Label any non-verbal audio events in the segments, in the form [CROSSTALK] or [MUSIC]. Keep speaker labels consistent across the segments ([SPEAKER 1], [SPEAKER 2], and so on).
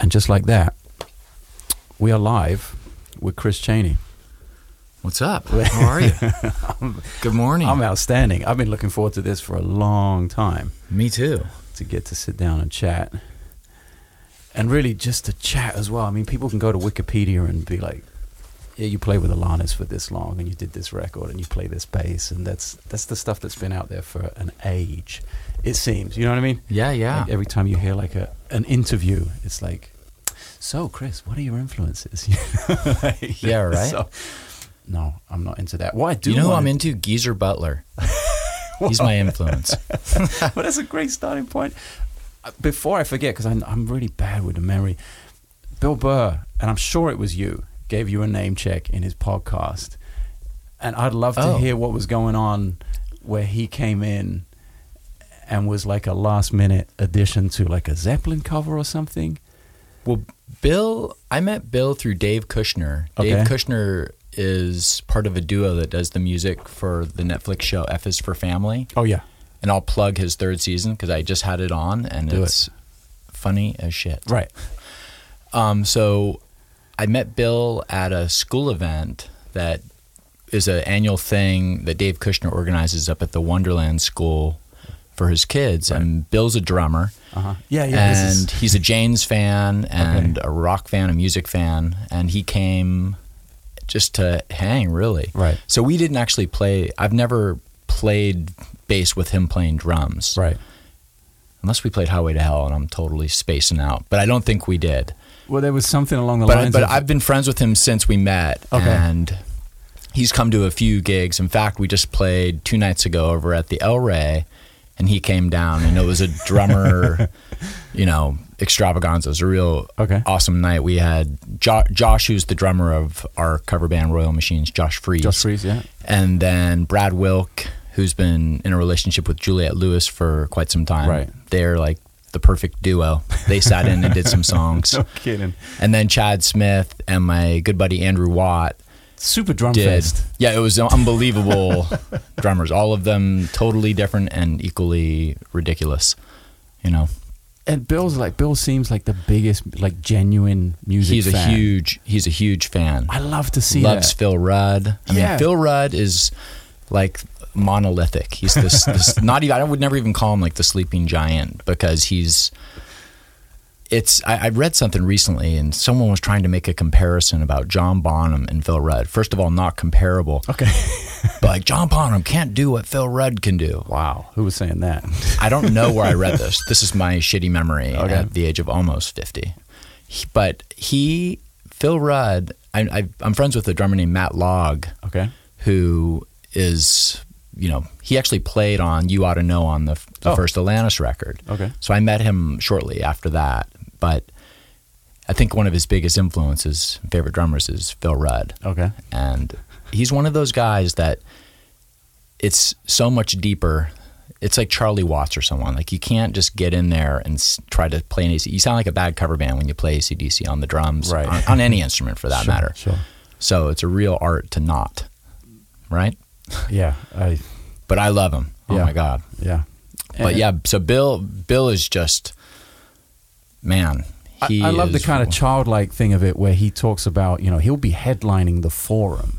[SPEAKER 1] And just like that, we are live with Chris Cheney.
[SPEAKER 2] What's up? How are you?
[SPEAKER 1] [LAUGHS]
[SPEAKER 2] Good morning.
[SPEAKER 1] I'm outstanding. I've been looking forward to this for a long time
[SPEAKER 2] Me too.
[SPEAKER 1] to get to sit down and chat. And really just to chat as well. I mean, people can go to Wikipedia and be like, yeah, you played with Alanis for this long and you did this record and you play this bass and that's that's the stuff that's been out there for an age. It seems, you know what I mean?
[SPEAKER 2] Yeah, yeah.
[SPEAKER 1] Like, every time you hear like a an interview, it's like, so Chris, what are your influences? [LAUGHS] Like,
[SPEAKER 2] Yeah, right.
[SPEAKER 1] so- no, I'm not into that. What I do,
[SPEAKER 2] you know who I'm
[SPEAKER 1] wanna- [LAUGHS]
[SPEAKER 2] into? Geezer Butler. He's my
[SPEAKER 1] [LAUGHS]
[SPEAKER 2] influence.
[SPEAKER 1] well, that's a great starting point. Uh, Before I forget, because I'm, I'm really bad with the memory, Bill Burr, and I'm sure it was you, gave you a name check in his podcast. And I'd love to
[SPEAKER 2] Oh.
[SPEAKER 1] hear what was going on where he came in and was like a last minute addition to like a Zeppelin cover or something.
[SPEAKER 2] Well, Bill, I met Bill through Dave Kushner. Dave
[SPEAKER 1] Okay.
[SPEAKER 2] Kushner is part of a duo that does the music for the Netflix show F is for Family.
[SPEAKER 1] Oh, yeah.
[SPEAKER 2] And I'll plug his third season because I just had it on and
[SPEAKER 1] Do it.
[SPEAKER 2] it's funny as shit.
[SPEAKER 1] Right.
[SPEAKER 2] Um, so I met Bill at a school event that is an annual thing that Dave Kushner organizes up at the Wonderland School for his kids. And Bill's a drummer.
[SPEAKER 1] Uh-huh. Yeah, yeah. this is-
[SPEAKER 2] and he's a Jane's fan and
[SPEAKER 1] Okay.
[SPEAKER 2] a rock fan, a music fan. And he came just to hang, really.
[SPEAKER 1] Right.
[SPEAKER 2] So we didn't actually play, I've never played bass with him playing drums
[SPEAKER 1] right.
[SPEAKER 2] unless we played highway to hell and i'm totally spacing out but i don't think we did
[SPEAKER 1] Well, there was something along the
[SPEAKER 2] but
[SPEAKER 1] lines
[SPEAKER 2] but
[SPEAKER 1] of.
[SPEAKER 2] I've been friends with him since we met,
[SPEAKER 1] Okay.
[SPEAKER 2] and he's come to a few gigs. In fact, we just played two nights ago over at the El Rey, and he came down, and it was a
[SPEAKER 1] [LAUGHS]
[SPEAKER 2] drummer, you know, extravaganza. It was a real
[SPEAKER 1] Okay. [LAUGHS]
[SPEAKER 2] awesome night. We had jo- Josh, who's the drummer of our cover band Royal Machines, Josh Freeze,
[SPEAKER 1] Josh Freese, yeah.
[SPEAKER 2] and then Brad Wilk, who's been in a relationship with Juliette Lewis for quite some time.
[SPEAKER 1] Right.
[SPEAKER 2] they're like. The perfect duo. They sat in and did
[SPEAKER 1] [LAUGHS]
[SPEAKER 2] some songs.
[SPEAKER 1] No kidding.
[SPEAKER 2] And then Chad Smith and my good buddy Andrew Watt
[SPEAKER 1] Super drum
[SPEAKER 2] did.
[SPEAKER 1] fest.
[SPEAKER 2] Yeah, it was unbelievable [LAUGHS] drummers. All of them totally different and equally ridiculous. You know,
[SPEAKER 1] And Bill's like Bill seems like the biggest like genuine music.
[SPEAKER 2] he's
[SPEAKER 1] fan.
[SPEAKER 2] a huge he's a huge fan.
[SPEAKER 1] I love to see
[SPEAKER 2] Loves
[SPEAKER 1] that.
[SPEAKER 2] Phil Rudd. I
[SPEAKER 1] Yeah.
[SPEAKER 2] mean, Phil Rudd is like monolithic. He's this, this [LAUGHS] not even. I would never even call him like the sleeping giant because he's. It's. I, I read something recently, and someone was trying to make a comparison about John Bonham and Phil Rudd. First of all, not comparable,
[SPEAKER 1] Okay. [LAUGHS]
[SPEAKER 2] but like John Bonham can't do what Phil Rudd can do.
[SPEAKER 1] Wow. Who was saying that?
[SPEAKER 2] [LAUGHS] I don't know where I read this. This is my shitty memory
[SPEAKER 1] Okay.
[SPEAKER 2] at the age of almost 50. He- but he, Phil Rudd, I, I, I'm friends with a drummer named Matt Logg,
[SPEAKER 1] Okay.
[SPEAKER 2] who is, you know, he actually played on You Ought to Know on the, the
[SPEAKER 1] Oh.
[SPEAKER 2] first Alanis record.
[SPEAKER 1] Okay.
[SPEAKER 2] So I met him shortly after that. But I think one of his biggest influences, favorite drummers, is Phil Rudd
[SPEAKER 1] Okay.
[SPEAKER 2] and he's one of those guys that it's so much deeper. It's like Charlie Watts or someone. Like you can't just get in there and s- try to play an AC. You sound like a bad cover band when you play ACDC on the drums,
[SPEAKER 1] Right.
[SPEAKER 2] on, on any instrument for that
[SPEAKER 1] Sure,
[SPEAKER 2] matter.
[SPEAKER 1] Sure.
[SPEAKER 2] So it's a real art to not, right?
[SPEAKER 1] Yeah. I.
[SPEAKER 2] But I love him. Oh
[SPEAKER 1] Yeah.
[SPEAKER 2] my god!
[SPEAKER 1] Yeah.
[SPEAKER 2] But
[SPEAKER 1] And
[SPEAKER 2] yeah, so Bill, Bill is just man.
[SPEAKER 1] I,
[SPEAKER 2] He
[SPEAKER 1] I love the
[SPEAKER 2] is-
[SPEAKER 1] kind of childlike thing of it where he talks about you know he'll be headlining the forum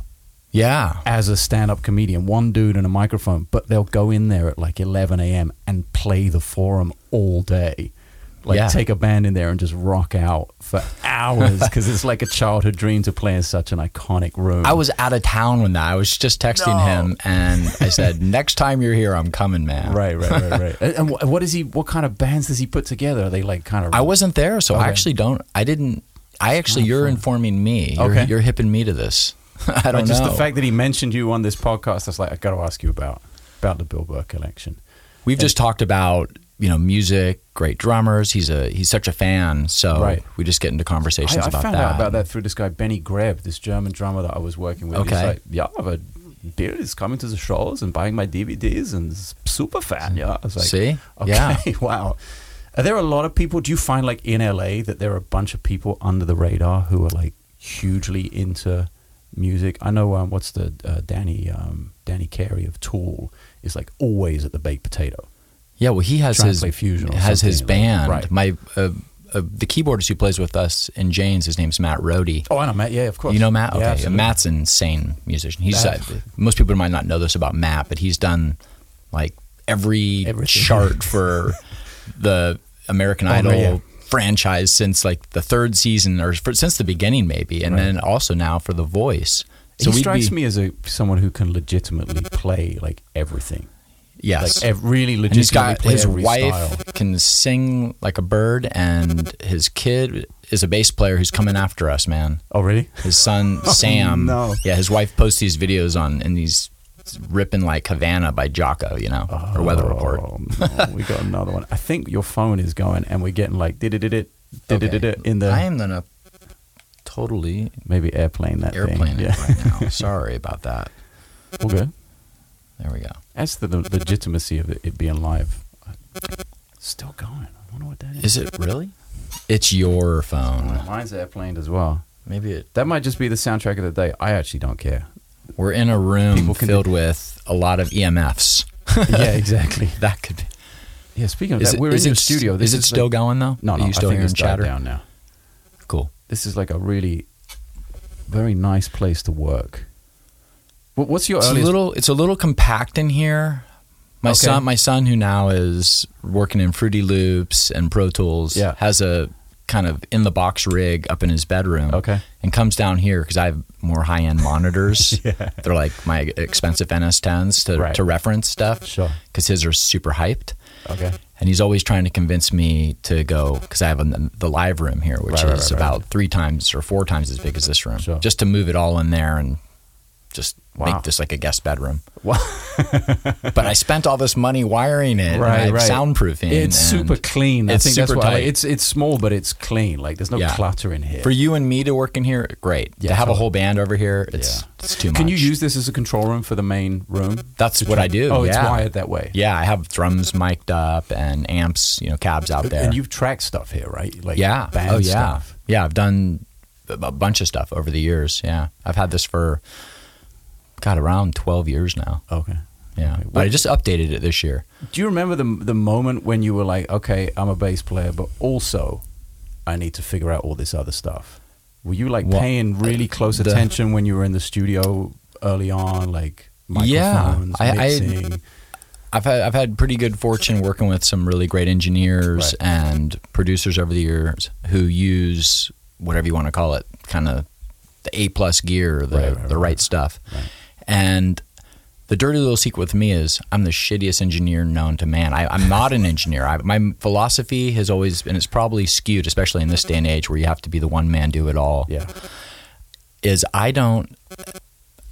[SPEAKER 2] yeah.
[SPEAKER 1] as a stand-up comedian, one dude and a microphone, but they'll go in there at like 11 a.m. and play the forum all day. Like
[SPEAKER 2] Yeah.
[SPEAKER 1] take a band in there and just rock out for hours because it's like a childhood dream to play in such an iconic room.
[SPEAKER 2] I was out of town when that. I was just texting
[SPEAKER 1] No.
[SPEAKER 2] him, and I
[SPEAKER 1] [LAUGHS]
[SPEAKER 2] said, "Next time you're here, I'm coming, man."
[SPEAKER 1] right, right, right, right. [LAUGHS] and and wh- what is he? What kind of bands does he put together? Are they like kind of?
[SPEAKER 2] I wasn't there, so
[SPEAKER 1] Okay.
[SPEAKER 2] I actually don't. I didn't. I actually, you're informing me. You're,
[SPEAKER 1] Okay.
[SPEAKER 2] you're hipping me to this. [LAUGHS] I don't
[SPEAKER 1] just
[SPEAKER 2] know.
[SPEAKER 1] the fact that he mentioned you on this podcast. I was like, I got to ask you about about the Bill Burr collection.
[SPEAKER 2] We've just talked about you know music, great drummers. He's a he's such a fan, so
[SPEAKER 1] Right.
[SPEAKER 2] we just get into conversations
[SPEAKER 1] I, I
[SPEAKER 2] about
[SPEAKER 1] found
[SPEAKER 2] that.
[SPEAKER 1] out about that through this guy Benny Greb, this German drummer that I was working with. He's
[SPEAKER 2] Okay.
[SPEAKER 1] like, yeah, I have a beer is coming to the shows and buying my DVDs and s- super fan. Yeah, I was like,
[SPEAKER 2] See?
[SPEAKER 1] okay,
[SPEAKER 2] Yeah.
[SPEAKER 1] [LAUGHS] wow. Are there a lot of people? Do you find like in LA that there are a bunch of people under the radar who are like hugely into music? I know um, what's the uh, Danny um, Danny Carey of Tool is like always at the baked potato.
[SPEAKER 2] Yeah, well, he has
[SPEAKER 1] Trying to
[SPEAKER 2] his
[SPEAKER 1] play fusion or
[SPEAKER 2] has his
[SPEAKER 1] something like that. Right.
[SPEAKER 2] band. My uh, uh, the keyboardist who plays with us in Jane's, his name's Matt Rohde.
[SPEAKER 1] Oh, I know Matt. Yeah, of course.
[SPEAKER 2] You know Matt? Okay.
[SPEAKER 1] absolutely.
[SPEAKER 2] Matt's an insane musician. He's
[SPEAKER 1] That-
[SPEAKER 2] uh, most people might not know this about Matt, but he's done like every
[SPEAKER 1] Everything. [LAUGHS]
[SPEAKER 2] chart for the American
[SPEAKER 1] Bummer,
[SPEAKER 2] Idol
[SPEAKER 1] yeah.
[SPEAKER 2] franchise since like the third season or for, since the beginning maybe, and
[SPEAKER 1] Right.
[SPEAKER 2] then also now for The Voice. So
[SPEAKER 1] he
[SPEAKER 2] we'd
[SPEAKER 1] strikes
[SPEAKER 2] be-
[SPEAKER 1] me as a someone who can legitimately play like everything.
[SPEAKER 2] Yes.
[SPEAKER 1] Like ev- really
[SPEAKER 2] and he's
[SPEAKER 1] legitimately
[SPEAKER 2] got
[SPEAKER 1] play
[SPEAKER 2] his
[SPEAKER 1] every
[SPEAKER 2] wife
[SPEAKER 1] style.
[SPEAKER 2] can sing like a bird, and his kid is a bass player who's coming after us, man.
[SPEAKER 1] Oh, really? [LAUGHS]
[SPEAKER 2] His son Sam.
[SPEAKER 1] Oh, no.
[SPEAKER 2] Yeah, his wife posts these videos on and he's ripping like Havana by Jocko, you know, or Weather Report.
[SPEAKER 1] Oh, no, we got another one. I think your phone is going, and we're getting like did it it
[SPEAKER 2] Okay.
[SPEAKER 1] in
[SPEAKER 2] I
[SPEAKER 1] the
[SPEAKER 2] am gonna totally
[SPEAKER 1] maybe airplane that
[SPEAKER 2] airplane
[SPEAKER 1] thing.
[SPEAKER 2] it
[SPEAKER 1] [LAUGHS]
[SPEAKER 2] right now. Sorry about that.
[SPEAKER 1] all good.
[SPEAKER 2] There we go.
[SPEAKER 1] As to the legitimacy of it, it being live, still going. I wonder what that is.
[SPEAKER 2] Is it really? It's your phone.
[SPEAKER 1] Mine's airplaned as well.
[SPEAKER 2] Maybe it.
[SPEAKER 1] That might just be the soundtrack of the day. I actually don't care.
[SPEAKER 2] We're in a room
[SPEAKER 1] People can-
[SPEAKER 2] filled with a lot of EMFs.
[SPEAKER 1] [LAUGHS] yeah, exactly.
[SPEAKER 2] [LAUGHS] That could be.
[SPEAKER 1] [LAUGHS] Yeah, speaking of
[SPEAKER 2] Is
[SPEAKER 1] that,
[SPEAKER 2] it-
[SPEAKER 1] we're
[SPEAKER 2] is
[SPEAKER 1] in your
[SPEAKER 2] it s-
[SPEAKER 1] studio. This
[SPEAKER 2] is it still
[SPEAKER 1] like-
[SPEAKER 2] going though?
[SPEAKER 1] No,
[SPEAKER 2] Are
[SPEAKER 1] no.
[SPEAKER 2] you still
[SPEAKER 1] I think
[SPEAKER 2] hearing
[SPEAKER 1] it's died
[SPEAKER 2] chatter?
[SPEAKER 1] down now.
[SPEAKER 2] Cool.
[SPEAKER 1] This is like a really very nice place to work. What, what's your
[SPEAKER 2] It's a
[SPEAKER 1] earliest?
[SPEAKER 2] little. It's a little compact in here. My
[SPEAKER 1] Okay.
[SPEAKER 2] son, my son, who now is working in Fruity Loops and Pro Tools,
[SPEAKER 1] Yeah.
[SPEAKER 2] has a kind of in the box rig up in his
[SPEAKER 1] [LAUGHS]
[SPEAKER 2] bedroom.
[SPEAKER 1] Okay.
[SPEAKER 2] and comes down here because I have more high end
[SPEAKER 1] [LAUGHS]
[SPEAKER 2] monitors. They're like my expensive NS10s to
[SPEAKER 1] Right.
[SPEAKER 2] to reference stuff.
[SPEAKER 1] Sure.
[SPEAKER 2] because his are super hyped.
[SPEAKER 1] okay.
[SPEAKER 2] and he's always trying to convince me to go because I have an, the live room here, which
[SPEAKER 1] Right, right,
[SPEAKER 2] is
[SPEAKER 1] right,
[SPEAKER 2] about
[SPEAKER 1] right.
[SPEAKER 2] three times or four times as big as this room,
[SPEAKER 1] Sure.
[SPEAKER 2] just to move it all in there and just
[SPEAKER 1] Wow.
[SPEAKER 2] make this like a guest bedroom.
[SPEAKER 1] Wow.
[SPEAKER 2] [LAUGHS] but I spent all this money wiring it, and I have soundproofing.
[SPEAKER 1] It's
[SPEAKER 2] and
[SPEAKER 1] super clean. I
[SPEAKER 2] it's
[SPEAKER 1] think that's
[SPEAKER 2] super
[SPEAKER 1] why
[SPEAKER 2] tight.
[SPEAKER 1] it's it's small, but it's clean. Like there's no
[SPEAKER 2] Yeah.
[SPEAKER 1] clutter in here.
[SPEAKER 2] for you and me to work in here. Great
[SPEAKER 1] Yeah,
[SPEAKER 2] to have
[SPEAKER 1] totally.
[SPEAKER 2] a whole band over here. It's
[SPEAKER 1] Yeah.
[SPEAKER 2] it's too much.
[SPEAKER 1] Can you use this as a control room for the main room?
[SPEAKER 2] That's what I do.
[SPEAKER 1] Oh,
[SPEAKER 2] yeah.
[SPEAKER 1] it's wired that way.
[SPEAKER 2] Yeah, I have drums mic'd up and amps, you know, cabs out there.
[SPEAKER 1] And you've tracked stuff here, right? Like
[SPEAKER 2] yeah.
[SPEAKER 1] band
[SPEAKER 2] oh, yeah.
[SPEAKER 1] stuff.
[SPEAKER 2] Yeah, I've done a a bunch of stuff over the years. Yeah, I've had this for God around twelve years now.
[SPEAKER 1] Okay.
[SPEAKER 2] Yeah,
[SPEAKER 1] Okay.
[SPEAKER 2] but I just updated it this year.
[SPEAKER 1] Do you remember the the moment when you were like, okay, I'm a bass player, but also I need to figure out all this other stuff? Were you like
[SPEAKER 2] Well,
[SPEAKER 1] paying really close
[SPEAKER 2] the-
[SPEAKER 1] attention when you were in the studio early on, like
[SPEAKER 2] Yeah,
[SPEAKER 1] microphones,
[SPEAKER 2] I- I-
[SPEAKER 1] mixing?
[SPEAKER 2] I've had I've had pretty good fortune working with some really great engineers
[SPEAKER 1] Right.
[SPEAKER 2] and producers over the years who use whatever you want to call it, kind of the A plus gear, the
[SPEAKER 1] Right, right,
[SPEAKER 2] the
[SPEAKER 1] right.
[SPEAKER 2] right, stuff.
[SPEAKER 1] Right.
[SPEAKER 2] And the dirty little secret with me is I'm the shittiest engineer known to man. I, I'm not an engineer. I, my philosophy has always and it's probably skewed, especially in this day and age where you have to be the one man do it all
[SPEAKER 1] yeah,
[SPEAKER 2] is I don't.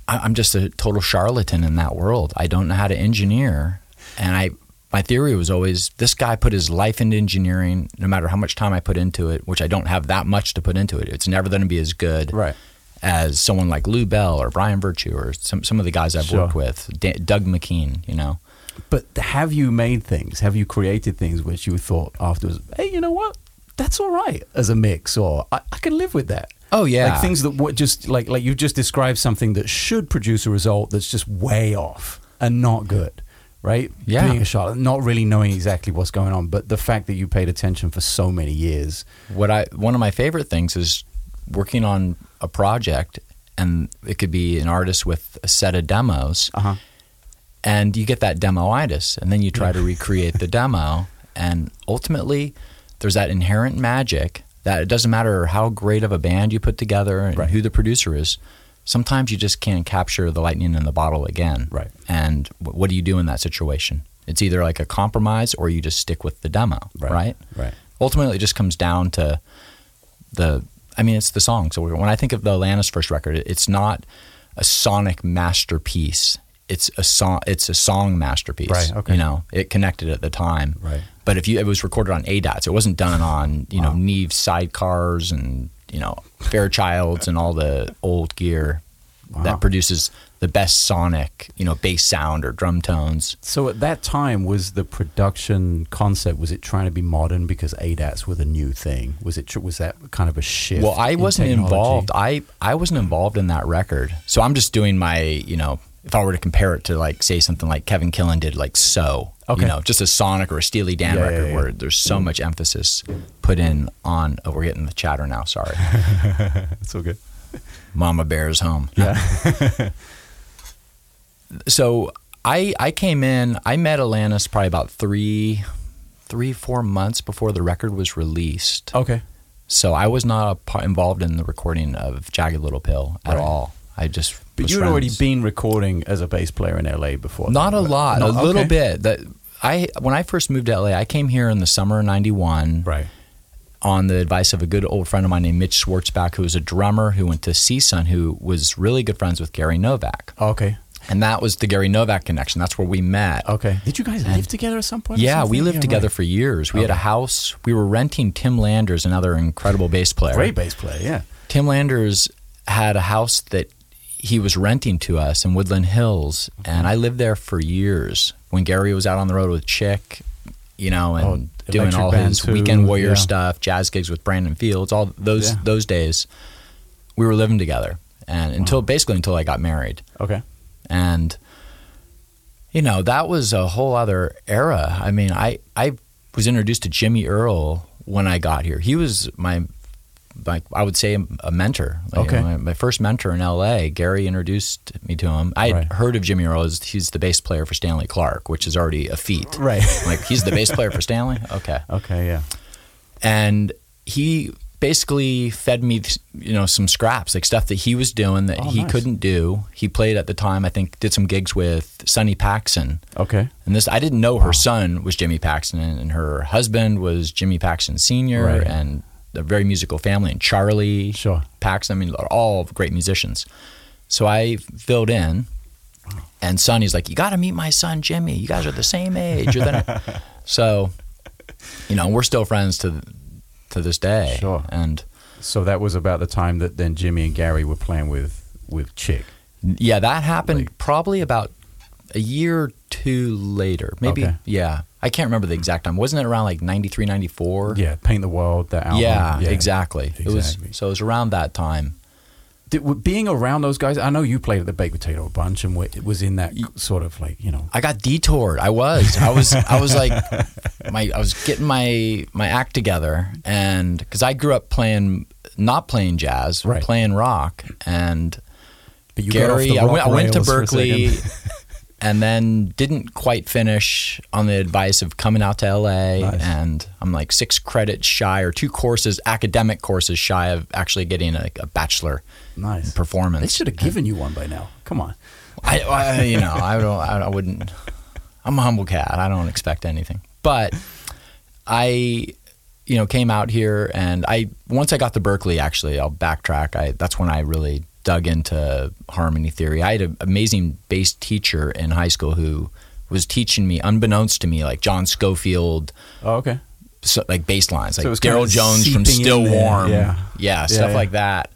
[SPEAKER 2] I- I'm just a total charlatan in that world. I don't know how to engineer, and I my theory was always this guy put his life into engineering. No matter how much time I put into it, which I don't have that much to put into it, it's never going to be as good
[SPEAKER 1] right.
[SPEAKER 2] as someone like Lou Bell or Brian Virtue or some some of the guys I've
[SPEAKER 1] Sure.
[SPEAKER 2] worked with, Da- Doug McKean. You know,
[SPEAKER 1] But have you made things? Have you created things which you thought afterwards, hey, you know what? That's all right as a mix, or I, I can live with that.
[SPEAKER 2] Oh, yeah.
[SPEAKER 1] like things that were just like like you just described something that should produce a result that's just way off and not good, right?
[SPEAKER 2] Yeah.
[SPEAKER 1] being a shot, not really knowing exactly what's going on, but the fact that you paid attention for so many years,
[SPEAKER 2] what I one of my favorite things is working on a project, and it could be an artist with a set of demos.
[SPEAKER 1] uh-huh.
[SPEAKER 2] and you get that demoitis and then you try to recreate the demo and ultimately there's that inherent magic that it doesn't matter how great of a band you put together and
[SPEAKER 1] Right.
[SPEAKER 2] who the producer is sometimes you just can't capture the lightning in the bottle again
[SPEAKER 1] Right.
[SPEAKER 2] and wh- what do you do in that situation it's either like a compromise or you just stick with the demo
[SPEAKER 1] Right.
[SPEAKER 2] right?
[SPEAKER 1] Right.
[SPEAKER 2] ultimately it just comes down to the i mean it's the song so when i think of the atlanta's first record it's not a sonic masterpiece it's a song it's a song masterpiece
[SPEAKER 1] Right, okay.
[SPEAKER 2] you know it connected at the time
[SPEAKER 1] Right.
[SPEAKER 2] but if you it was recorded on adots it wasn't done on you
[SPEAKER 1] Wow.
[SPEAKER 2] know neve sidecars and you know fairchilds and all the old gear
[SPEAKER 1] Wow.
[SPEAKER 2] that produces the best sonic you know bass sound or drum tones
[SPEAKER 1] So at that time, was the production concept was it trying to be modern because ADATs were the new thing? Was it tr- was that kind of a shift?
[SPEAKER 2] Well, I
[SPEAKER 1] in
[SPEAKER 2] wasn't
[SPEAKER 1] technology?
[SPEAKER 2] involved. I I wasn't involved in that record, so I'm just doing my you know if I were to compare it to like say something like Kevin Killen did like so
[SPEAKER 1] Okay.
[SPEAKER 2] you know just a Sonic or a Steely Dan
[SPEAKER 1] Yeah, yeah,
[SPEAKER 2] record
[SPEAKER 1] yeah.
[SPEAKER 2] where there's so much emphasis put in on oh we're getting the chatter
[SPEAKER 1] [LAUGHS]
[SPEAKER 2] now sorry
[SPEAKER 1] It's all good.
[SPEAKER 2] Mama Bear's home
[SPEAKER 1] Yeah.
[SPEAKER 2] so I I came in. I met Alanis probably about three, three four months before the record was released.
[SPEAKER 1] [LAUGHS] okay.
[SPEAKER 2] So I was not a part, involved in the recording of Jagged Little Pill at
[SPEAKER 1] Right.
[SPEAKER 2] all. I just
[SPEAKER 1] But
[SPEAKER 2] was
[SPEAKER 1] you had already
[SPEAKER 2] friends.
[SPEAKER 1] been recording as a bass player in LA before.
[SPEAKER 2] not a
[SPEAKER 1] then, but-
[SPEAKER 2] lot,
[SPEAKER 1] No,
[SPEAKER 2] a little
[SPEAKER 1] okay.
[SPEAKER 2] bit. That I when I first moved to LA, I came here in the summer of '91
[SPEAKER 1] Right.
[SPEAKER 2] on the advice of a good old friend of mine named Mitch Schwartzback, who was a drummer who went to CSUN, who was really good friends with Gary Novak,
[SPEAKER 1] Okay.
[SPEAKER 2] and that was the Gary Novak connection. That's where we met.
[SPEAKER 1] Okay. Did you guys live together at some point? or
[SPEAKER 2] Yeah,
[SPEAKER 1] something?
[SPEAKER 2] we lived
[SPEAKER 1] right.
[SPEAKER 2] together for years. We had a house. We were renting Tim Landers, another incredible bass player.
[SPEAKER 1] Great bass player. Yeah.
[SPEAKER 2] Tim Landers had a house that he was renting to us in Woodland Hills,
[SPEAKER 1] Mm-hmm.
[SPEAKER 2] and I lived there for years. When Gary was out on the road with Chick, you know, and
[SPEAKER 1] Oh,
[SPEAKER 2] doing
[SPEAKER 1] Electric
[SPEAKER 2] all
[SPEAKER 1] Band
[SPEAKER 2] his
[SPEAKER 1] too,
[SPEAKER 2] weekend warrior
[SPEAKER 1] yeah.
[SPEAKER 2] stuff, jazz gigs with Brandon Fields, all those
[SPEAKER 1] Yeah.
[SPEAKER 2] those days, we were living together, and until basically until I got married
[SPEAKER 1] Okay.
[SPEAKER 2] and you know that was a whole other era i mean i i was introduced to jimmy earl when i got here he was my like i would say a mentor Like,
[SPEAKER 1] Okay.
[SPEAKER 2] my, my first mentor in la gary introduced me to him i had
[SPEAKER 1] Right.
[SPEAKER 2] heard of jimmy earl as he's the bass player for stanley clark which is already a feat
[SPEAKER 1] Right.
[SPEAKER 2] like he's
[SPEAKER 1] [LAUGHS]
[SPEAKER 2] the bass player for stanley okay
[SPEAKER 1] Okay. Yeah.
[SPEAKER 2] and he basically fed me you know some scraps like stuff that he was doing that
[SPEAKER 1] Oh,
[SPEAKER 2] he
[SPEAKER 1] nice.
[SPEAKER 2] couldn't do he played at the time i think did some gigs with sonny paxson
[SPEAKER 1] Okay.
[SPEAKER 2] and this i didn't know her son was jimmy paxson and and her husband was jimmy paxson senior
[SPEAKER 1] Right.
[SPEAKER 2] and a very musical family and charlie
[SPEAKER 1] Sure.
[SPEAKER 2] paxson i mean all great musicians so i filled in and sonny's like you got to meet my son jimmy you guys are the same age You're
[SPEAKER 1] [LAUGHS]
[SPEAKER 2] the-" so you know we're still friends to to this day
[SPEAKER 1] Sure.
[SPEAKER 2] and
[SPEAKER 1] So that was about the time that then Jimmy and Gary were playing with with Chick.
[SPEAKER 2] Yeah, that happened
[SPEAKER 1] Like-
[SPEAKER 2] probably about a year or two later. Maybe,
[SPEAKER 1] Okay.
[SPEAKER 2] yeah. I can't remember the exact time. Wasn't it around like 93, 94?
[SPEAKER 1] Yeah. Paint the World. That album.
[SPEAKER 2] Yeah, exactly. It was
[SPEAKER 1] Exactly.
[SPEAKER 2] so it was around that time.
[SPEAKER 1] Did, w- being around those guys, I know you played at the Baked Potato a bunch, and w- it was in that sort of like you know.
[SPEAKER 2] I got detoured. I was. I was. I
[SPEAKER 1] [LAUGHS]
[SPEAKER 2] was like, my. I was getting my my act together, and because I grew up playing, not playing jazz,
[SPEAKER 1] Right.
[SPEAKER 2] playing rock, and
[SPEAKER 1] But you
[SPEAKER 2] Gary,
[SPEAKER 1] got off the
[SPEAKER 2] I,
[SPEAKER 1] rock
[SPEAKER 2] went, I went to
[SPEAKER 1] rails for a
[SPEAKER 2] Berkeley
[SPEAKER 1] second.
[SPEAKER 2] and then didn't quite finish on the advice of coming out to LA.
[SPEAKER 1] Nice.
[SPEAKER 2] And I'm like six credits shy or two courses, academic courses shy of actually getting a, a bachelor
[SPEAKER 1] Nice. They
[SPEAKER 2] performance.
[SPEAKER 1] should have given you one by now. Come on.
[SPEAKER 2] I, I, you know, I don't, I, I wouldn't. I'm a humble cat. I don't expect anything. But I, you know, came out here and I once I got to Berkeley. Actually, I'll backtrack. I that's when I really dug into harmony theory. I had an amazing bass teacher in high school who was teaching me, unbeknownst to me, like John Schofield,
[SPEAKER 1] Oh, okay.
[SPEAKER 2] so, like bass lines, like
[SPEAKER 1] it was
[SPEAKER 2] Daryl
[SPEAKER 1] kinda
[SPEAKER 2] Jones from
[SPEAKER 1] seeping in
[SPEAKER 2] Still
[SPEAKER 1] there.
[SPEAKER 2] Warm,
[SPEAKER 1] Yeah.
[SPEAKER 2] yeah, stuff
[SPEAKER 1] yeah.
[SPEAKER 2] like that.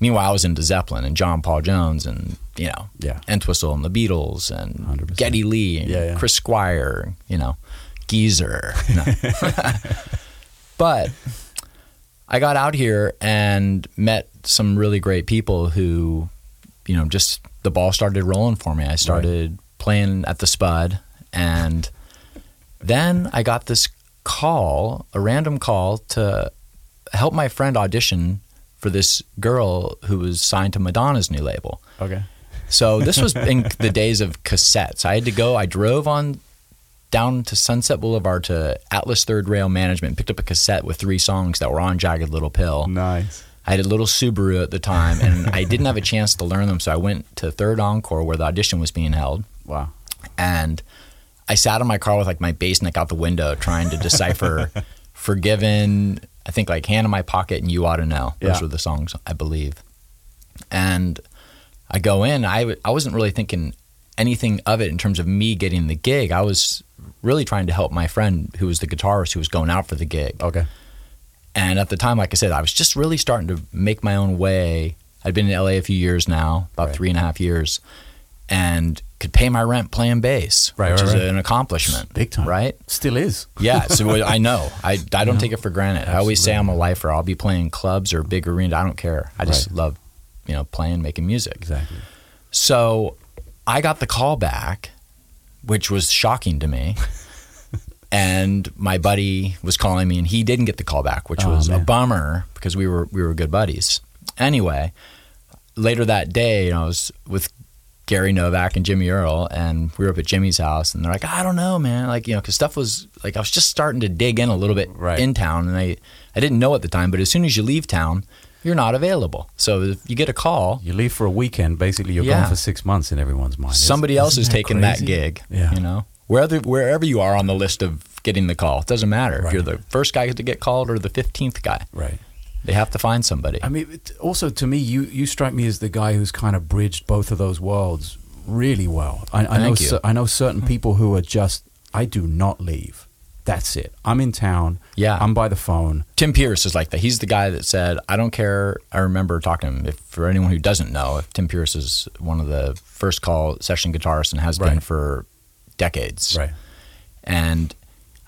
[SPEAKER 2] Meanwhile, I was into Zeppelin and John Paul Jones and you know
[SPEAKER 1] Yeah.
[SPEAKER 2] Entwistle and the Beatles and
[SPEAKER 1] 100%.
[SPEAKER 2] Geddy Lee and
[SPEAKER 1] Yeah, yeah.
[SPEAKER 2] Chris Squire, you know, Geezer.
[SPEAKER 1] [LAUGHS]
[SPEAKER 2] No. but I got out here and met some really great people who, you know, just the ball started rolling for me. I started playing at the Spud and then I got this call, a random call to help my friend audition for this girl who was signed to Madonna's new label.
[SPEAKER 1] Okay.
[SPEAKER 2] So this was in [LAUGHS] the days of cassettes. I had to go. I drove on down to Sunset Boulevard to Atlas Third Rail Management, picked up a cassette with three songs that were on Jagged Little Pill.
[SPEAKER 1] Nice.
[SPEAKER 2] I had a little Subaru at the time, and I didn't have a chance to learn them. So I went to Third Encore where the audition was being held,
[SPEAKER 1] Wow.
[SPEAKER 2] and I sat in my car with like my bass neck out the window, trying to decipher "Forgiven." I think like "Hand in My Pocket" and "You Ought to Know." Those
[SPEAKER 1] Yeah.
[SPEAKER 2] were the songs I believe. And I go in. I w- I wasn't really thinking anything of it in terms of me getting the gig. I was really trying to help my friend who was the guitarist who was going out for the gig.
[SPEAKER 1] Okay.
[SPEAKER 2] And at the time, like I said, I was just really starting to make my own way. I'd been in LA a few years now, about
[SPEAKER 1] Right.
[SPEAKER 2] three and a half years, and could pay my rent playing bass,
[SPEAKER 1] Right,
[SPEAKER 2] which
[SPEAKER 1] right,
[SPEAKER 2] is
[SPEAKER 1] right.
[SPEAKER 2] an accomplishment.
[SPEAKER 1] Big time.
[SPEAKER 2] Right?
[SPEAKER 1] Still is.
[SPEAKER 2] Yeah. So what- I know. I, I don't take it for granted. I always say I'm a lifer. I'll be playing clubs or big arena. I don't care. I just
[SPEAKER 1] Right.
[SPEAKER 2] love, you know, playing, making music.
[SPEAKER 1] Exactly.
[SPEAKER 2] So I got the call back, which was shocking
[SPEAKER 1] [LAUGHS]
[SPEAKER 2] to me. and my buddy was calling me, and he didn't get the call back, which
[SPEAKER 1] Oh,
[SPEAKER 2] was a
[SPEAKER 1] man.
[SPEAKER 2] bummer because we were we were good buddies. Anyway, later that day, you know, I was with Gary Novak and Jimmy Earl, and we were up at Jimmy's house, and they're like, I don't know, man, like you know, because stuff was like I was just starting to dig in a little bit
[SPEAKER 1] Right.
[SPEAKER 2] in town, and I I didn't know at the time, but as soon as you leave town, you're not available. So if you get a call,
[SPEAKER 1] You leave for a weekend, basically you're
[SPEAKER 2] Yeah.
[SPEAKER 1] gone for six months in everyone's mind. Isn't-
[SPEAKER 2] somebody else
[SPEAKER 1] isn't
[SPEAKER 2] is taking that
[SPEAKER 1] crazy?
[SPEAKER 2] gig.
[SPEAKER 1] Yeah.
[SPEAKER 2] You know, wherever wherever you are on the list of getting the call, it doesn't matter if
[SPEAKER 1] Right.
[SPEAKER 2] you're the first guy to get called or the fifteenth guy.
[SPEAKER 1] Right.
[SPEAKER 2] They have to find somebody.
[SPEAKER 1] I mean, it, also to me, you you strike me as the guy who's kind of bridged both of those worlds really well. I, I know
[SPEAKER 2] Thank you. Hmm.
[SPEAKER 1] cer- I know certain people who are just I do not leave. That's it. I'm in town.
[SPEAKER 2] Yeah.
[SPEAKER 1] I'm by the phone.
[SPEAKER 2] Tim Pierce is like that. He's the guy that said, "I don't care." I remember talking to him. If for anyone who doesn't know, if Tim Pierce is one of the first call session guitarists and has been
[SPEAKER 1] Right.
[SPEAKER 2] for decades. And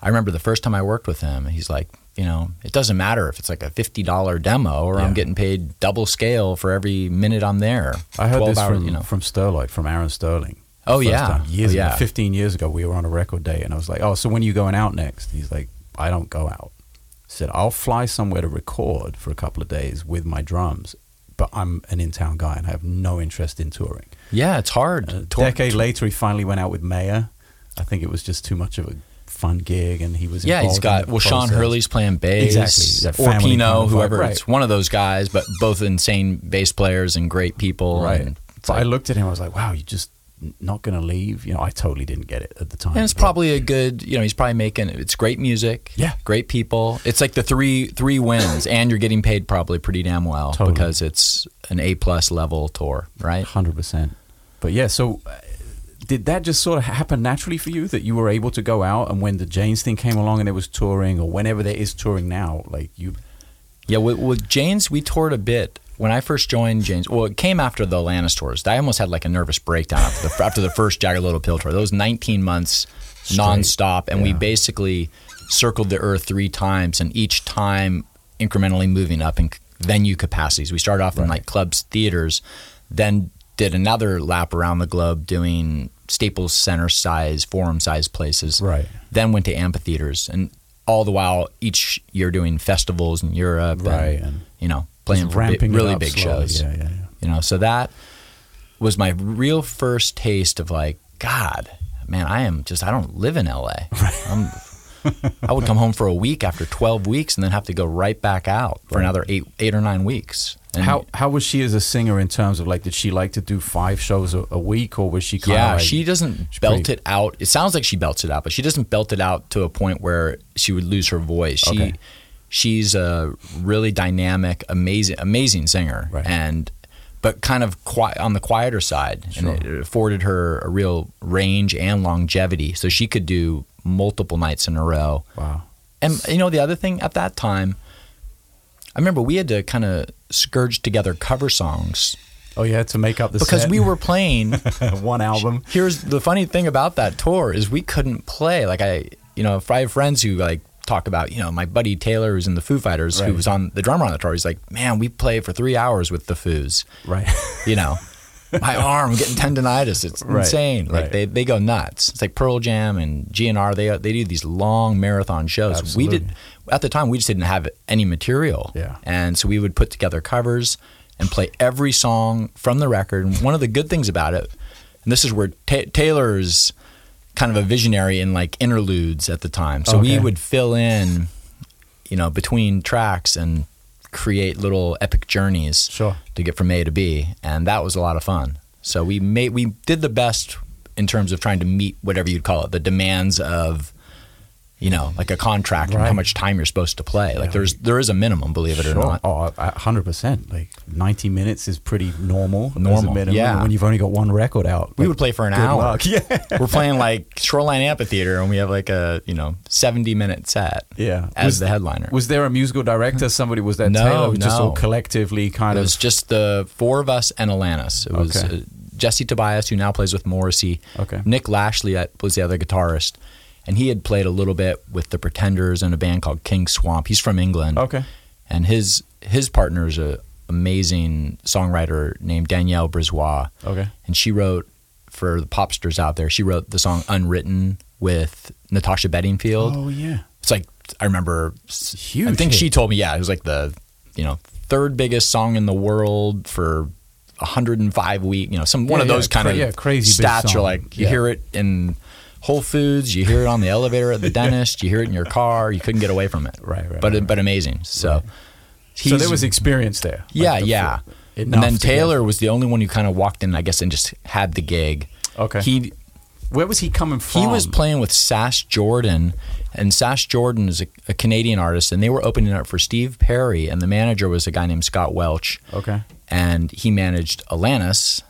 [SPEAKER 2] I remember the first time I worked with him, he's like, you know, it doesn't matter if it's like a fifty dollar demo or I'm
[SPEAKER 1] Yeah.
[SPEAKER 2] getting paid double scale for every minute I'm there.
[SPEAKER 1] I heard
[SPEAKER 2] 12
[SPEAKER 1] this
[SPEAKER 2] hours,
[SPEAKER 1] from from Sterloid, from Aaron Sterling.
[SPEAKER 2] Oh,
[SPEAKER 1] First
[SPEAKER 2] yeah.
[SPEAKER 1] time, years
[SPEAKER 2] Oh,
[SPEAKER 1] ago,
[SPEAKER 2] yeah.
[SPEAKER 1] fifteen years ago, we were on a record day, and I was like, "Oh, so when are you going out next?" And he's like, "I don't go out." I said, "I'll fly somewhere to record for a couple of days with my drums, but I'm an in town guy and I have no interest in touring."
[SPEAKER 2] Yeah, it's hard.
[SPEAKER 1] A
[SPEAKER 2] Tour-
[SPEAKER 1] decade later, he finally went out with Mayer. I think it was just too much of a fun gig, and he was
[SPEAKER 2] Yeah, he's
[SPEAKER 1] involved in
[SPEAKER 2] got
[SPEAKER 1] the
[SPEAKER 2] well. Sean
[SPEAKER 1] process.
[SPEAKER 2] Hurley's playing bass,
[SPEAKER 1] Exactly. That
[SPEAKER 2] or
[SPEAKER 1] family
[SPEAKER 2] Pino,
[SPEAKER 1] kind of vibe.
[SPEAKER 2] whoever.
[SPEAKER 1] Right.
[SPEAKER 2] It's one of those guys, but both insane bass players and great people.
[SPEAKER 1] Right.
[SPEAKER 2] And it's
[SPEAKER 1] But I
[SPEAKER 2] like-
[SPEAKER 1] looked at him. I was like, "Wow, you're just n- not going to leave." You know, I totally didn't get it at the time.
[SPEAKER 2] and it's
[SPEAKER 1] but-
[SPEAKER 2] probably a good. You know, he's probably making. It's great music.
[SPEAKER 1] Yeah.
[SPEAKER 2] great people. It's like the three three wins, and you're getting paid probably pretty damn well
[SPEAKER 1] Totally.
[SPEAKER 2] because it's an A plus level tour, right?
[SPEAKER 1] Hundred percent. But yeah, so uh, did that just sort of happen naturally for you that you were able to go out and when the Janes thing came along and there was touring or whenever there is touring now, like you
[SPEAKER 2] Yeah, with, with Jane's, we toured a bit. When I first joined Jane's, well, it came after the Atlantis tours. I almost had like a nervous breakdown after the, after the first Jagged Little Pill tour. Those 19 months nonstop, and we
[SPEAKER 1] yeah.
[SPEAKER 2] basically circled the earth three times, and each time incrementally moving up in c- venue capacities. We started off in like clubs, theaters, then did another lap around the globe doing Staples Center size, forum size places
[SPEAKER 1] Right.
[SPEAKER 2] then went to amphitheaters and all the while each year doing festivals in Europe
[SPEAKER 1] Right,
[SPEAKER 2] and,
[SPEAKER 1] and
[SPEAKER 2] you know playing
[SPEAKER 1] Just
[SPEAKER 2] for bi-
[SPEAKER 1] ramping it
[SPEAKER 2] really
[SPEAKER 1] up
[SPEAKER 2] big
[SPEAKER 1] slowly.
[SPEAKER 2] shows
[SPEAKER 1] Yeah, yeah, yeah.
[SPEAKER 2] you know so that was my real first taste of like god man I am just I don't live in LA
[SPEAKER 1] [LAUGHS]
[SPEAKER 2] I'm, I would come home for a week after 12 weeks and then have to go right back out for another 8 8 or 9 weeks and
[SPEAKER 1] how how was she as a singer in terms of like did she like to do five shows a, a week or was she kind
[SPEAKER 2] Yeah,
[SPEAKER 1] of like,
[SPEAKER 2] she doesn't belt it out. It sounds like she belts it out, but she doesn't belt it out to a point where she would lose her voice. She
[SPEAKER 1] Okay.
[SPEAKER 2] she's a really dynamic, amazing amazing singer
[SPEAKER 1] Right.
[SPEAKER 2] and but kind of qui- on the quieter side and it afforded her a real range and longevity so she could do multiple nights in a row.
[SPEAKER 1] wow.
[SPEAKER 2] And you know the other thing at that time I remember we had to kind of scourge together cover songs
[SPEAKER 1] Oh yeah, to make up the [LAUGHS]
[SPEAKER 2] because
[SPEAKER 1] set.
[SPEAKER 2] we were playing
[SPEAKER 1] one album.
[SPEAKER 2] Here's the funny thing about that tour is we couldn't play. Like I, you know, if I have friends who like talk about, you know, my buddy Taylor who's in the Foo Fighters, who
[SPEAKER 1] Right.
[SPEAKER 2] was on the drummer on the tour. He's like, man, we play for three hours with the Foos.
[SPEAKER 1] Right.
[SPEAKER 2] You know,
[SPEAKER 1] [LAUGHS]
[SPEAKER 2] my arm getting tendonitis. It's
[SPEAKER 1] Right,
[SPEAKER 2] insane. Like
[SPEAKER 1] right.
[SPEAKER 2] they, they go nuts. It's like Pearl Jam and GNR. They they do these long marathon shows. We did at the time we just didn't have any material.
[SPEAKER 1] Yeah.
[SPEAKER 2] And so we would put together covers and play every song from the record. And one of the good things about it, and this is where Ta Taylor's kind of a visionary in like interludes at the time. So we
[SPEAKER 1] Okay.
[SPEAKER 2] would fill in, you know, between tracks and create little epic journeys
[SPEAKER 1] Sure.
[SPEAKER 2] to get from A to B. And that was a lot of fun. So we made, we did the best in terms of trying to meet whatever you'd call it, the demands of, you know, like a contract and how
[SPEAKER 1] Right.
[SPEAKER 2] much time you're supposed to play. Like there's, there is a minimum, believe it or not.
[SPEAKER 1] Oh, a- a hundred percent. Like ninety minutes is pretty normal. as a
[SPEAKER 2] Normal,
[SPEAKER 1] minimum,
[SPEAKER 2] yeah.
[SPEAKER 1] When you've only got one record out,
[SPEAKER 2] We
[SPEAKER 1] Like,
[SPEAKER 2] would play for an
[SPEAKER 1] good
[SPEAKER 2] hour.
[SPEAKER 1] luck. [LAUGHS] Yeah.
[SPEAKER 2] [LAUGHS] We're playing like Shoreline Amphitheater, and we have like a you know seventy minute set.
[SPEAKER 1] Yeah.
[SPEAKER 2] as
[SPEAKER 1] Was-
[SPEAKER 2] the headliner.
[SPEAKER 1] Was there a musical director? Somebody was there?
[SPEAKER 2] No,
[SPEAKER 1] Taylor was just
[SPEAKER 2] no.
[SPEAKER 1] all collectively kind
[SPEAKER 2] it
[SPEAKER 1] of
[SPEAKER 2] was just the four of us and Alanis. It was
[SPEAKER 1] Okay.
[SPEAKER 2] uh, Jesse Tobias, who now plays with Morrissey.
[SPEAKER 1] Okay.
[SPEAKER 2] Nick Lashley uh, was the other guitarist, and he had played a little bit with the Pretenders and a band called King Swamp. He's from England.
[SPEAKER 1] Okay.
[SPEAKER 2] and his his partner is a amazing songwriter named Danielle Brisois.
[SPEAKER 1] Okay.
[SPEAKER 2] and she wrote for the popsters out there. She wrote the song Unwritten with Natasha Bedingfield.
[SPEAKER 1] Oh yeah.
[SPEAKER 2] It's like I remember
[SPEAKER 1] Huge
[SPEAKER 2] I think
[SPEAKER 1] hit.
[SPEAKER 2] she told me, yeah, it was like the you know third biggest song in the world for 105 week, you know, some one
[SPEAKER 1] Yeah,
[SPEAKER 2] of
[SPEAKER 1] yeah,
[SPEAKER 2] those kind
[SPEAKER 1] cra-
[SPEAKER 2] of
[SPEAKER 1] yeah, crazy big
[SPEAKER 2] stats. You're
[SPEAKER 1] song.
[SPEAKER 2] like you
[SPEAKER 1] Yeah.
[SPEAKER 2] hear it in Whole Foods, you hear it on the elevator
[SPEAKER 1] [LAUGHS]
[SPEAKER 2] at the dentist, you hear it in your car. You couldn't get away from it.
[SPEAKER 1] Right, right,
[SPEAKER 2] But
[SPEAKER 1] right,
[SPEAKER 2] but amazing.
[SPEAKER 1] so
[SPEAKER 2] So. he's-
[SPEAKER 1] there was experience there. like
[SPEAKER 2] yeah,
[SPEAKER 1] the
[SPEAKER 2] yeah.
[SPEAKER 1] fl-
[SPEAKER 2] And
[SPEAKER 1] enough
[SPEAKER 2] then
[SPEAKER 1] to get-
[SPEAKER 2] Taylor was the only one who kind of walked in, I guess, and just had the gig.
[SPEAKER 1] Okay.
[SPEAKER 2] He
[SPEAKER 1] Where was he coming from?
[SPEAKER 2] he was playing with Sash Jordan, and Sash Jordan is a, a Canadian artist, and they were opening up for Steve Perry, and the manager was a guy named Scott Welch,
[SPEAKER 1] Okay.
[SPEAKER 2] and he managed Alanis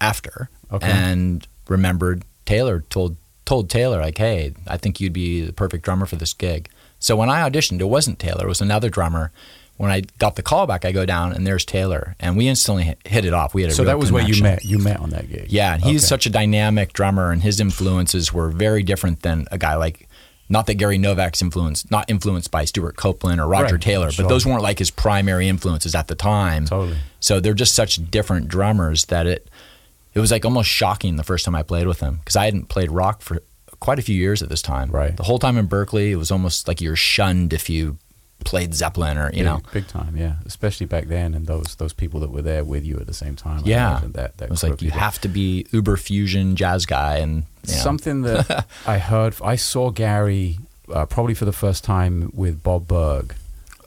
[SPEAKER 2] after,
[SPEAKER 1] Okay.
[SPEAKER 2] and remembered Taylor told told Taylor like, hey, I think you'd be the perfect drummer for this gig. So when I auditioned, it wasn't Taylor; it was another drummer. When I got the call back, I go down and there's Taylor, and we instantly hit- hit it off. We had a
[SPEAKER 1] So
[SPEAKER 2] real
[SPEAKER 1] that was where you
[SPEAKER 2] connection.
[SPEAKER 1] met. You met on that gig.
[SPEAKER 2] Yeah, and he's
[SPEAKER 1] Okay.
[SPEAKER 2] such a dynamic drummer, and his influences were very different than a guy like. Not that Gary Novak's influenced, not influenced by Stuart Copeland or Roger
[SPEAKER 1] Right,
[SPEAKER 2] Taylor,
[SPEAKER 1] sure.
[SPEAKER 2] but those weren't like his primary influences at the time.
[SPEAKER 1] Totally.
[SPEAKER 2] So they're just such different drummers that it it was like almost shocking the first time I played with him because I hadn't played rock for quite a few years at this time.
[SPEAKER 1] Right.
[SPEAKER 2] The whole time in Berkeley, it was almost like you're shunned if you played Zeppelin or you
[SPEAKER 1] Big-
[SPEAKER 2] know.
[SPEAKER 1] big time. Yeah, especially back then, and those those people that were there with you at the same time. I
[SPEAKER 2] Yeah.
[SPEAKER 1] imagine that that
[SPEAKER 2] It was
[SPEAKER 1] crew of
[SPEAKER 2] like you
[SPEAKER 1] people.
[SPEAKER 2] have to be uber fusion jazz guy and you know.
[SPEAKER 1] Something
[SPEAKER 2] [LAUGHS]
[SPEAKER 1] that I heard, I saw Gary uh, probably for the first time with Bob Berg.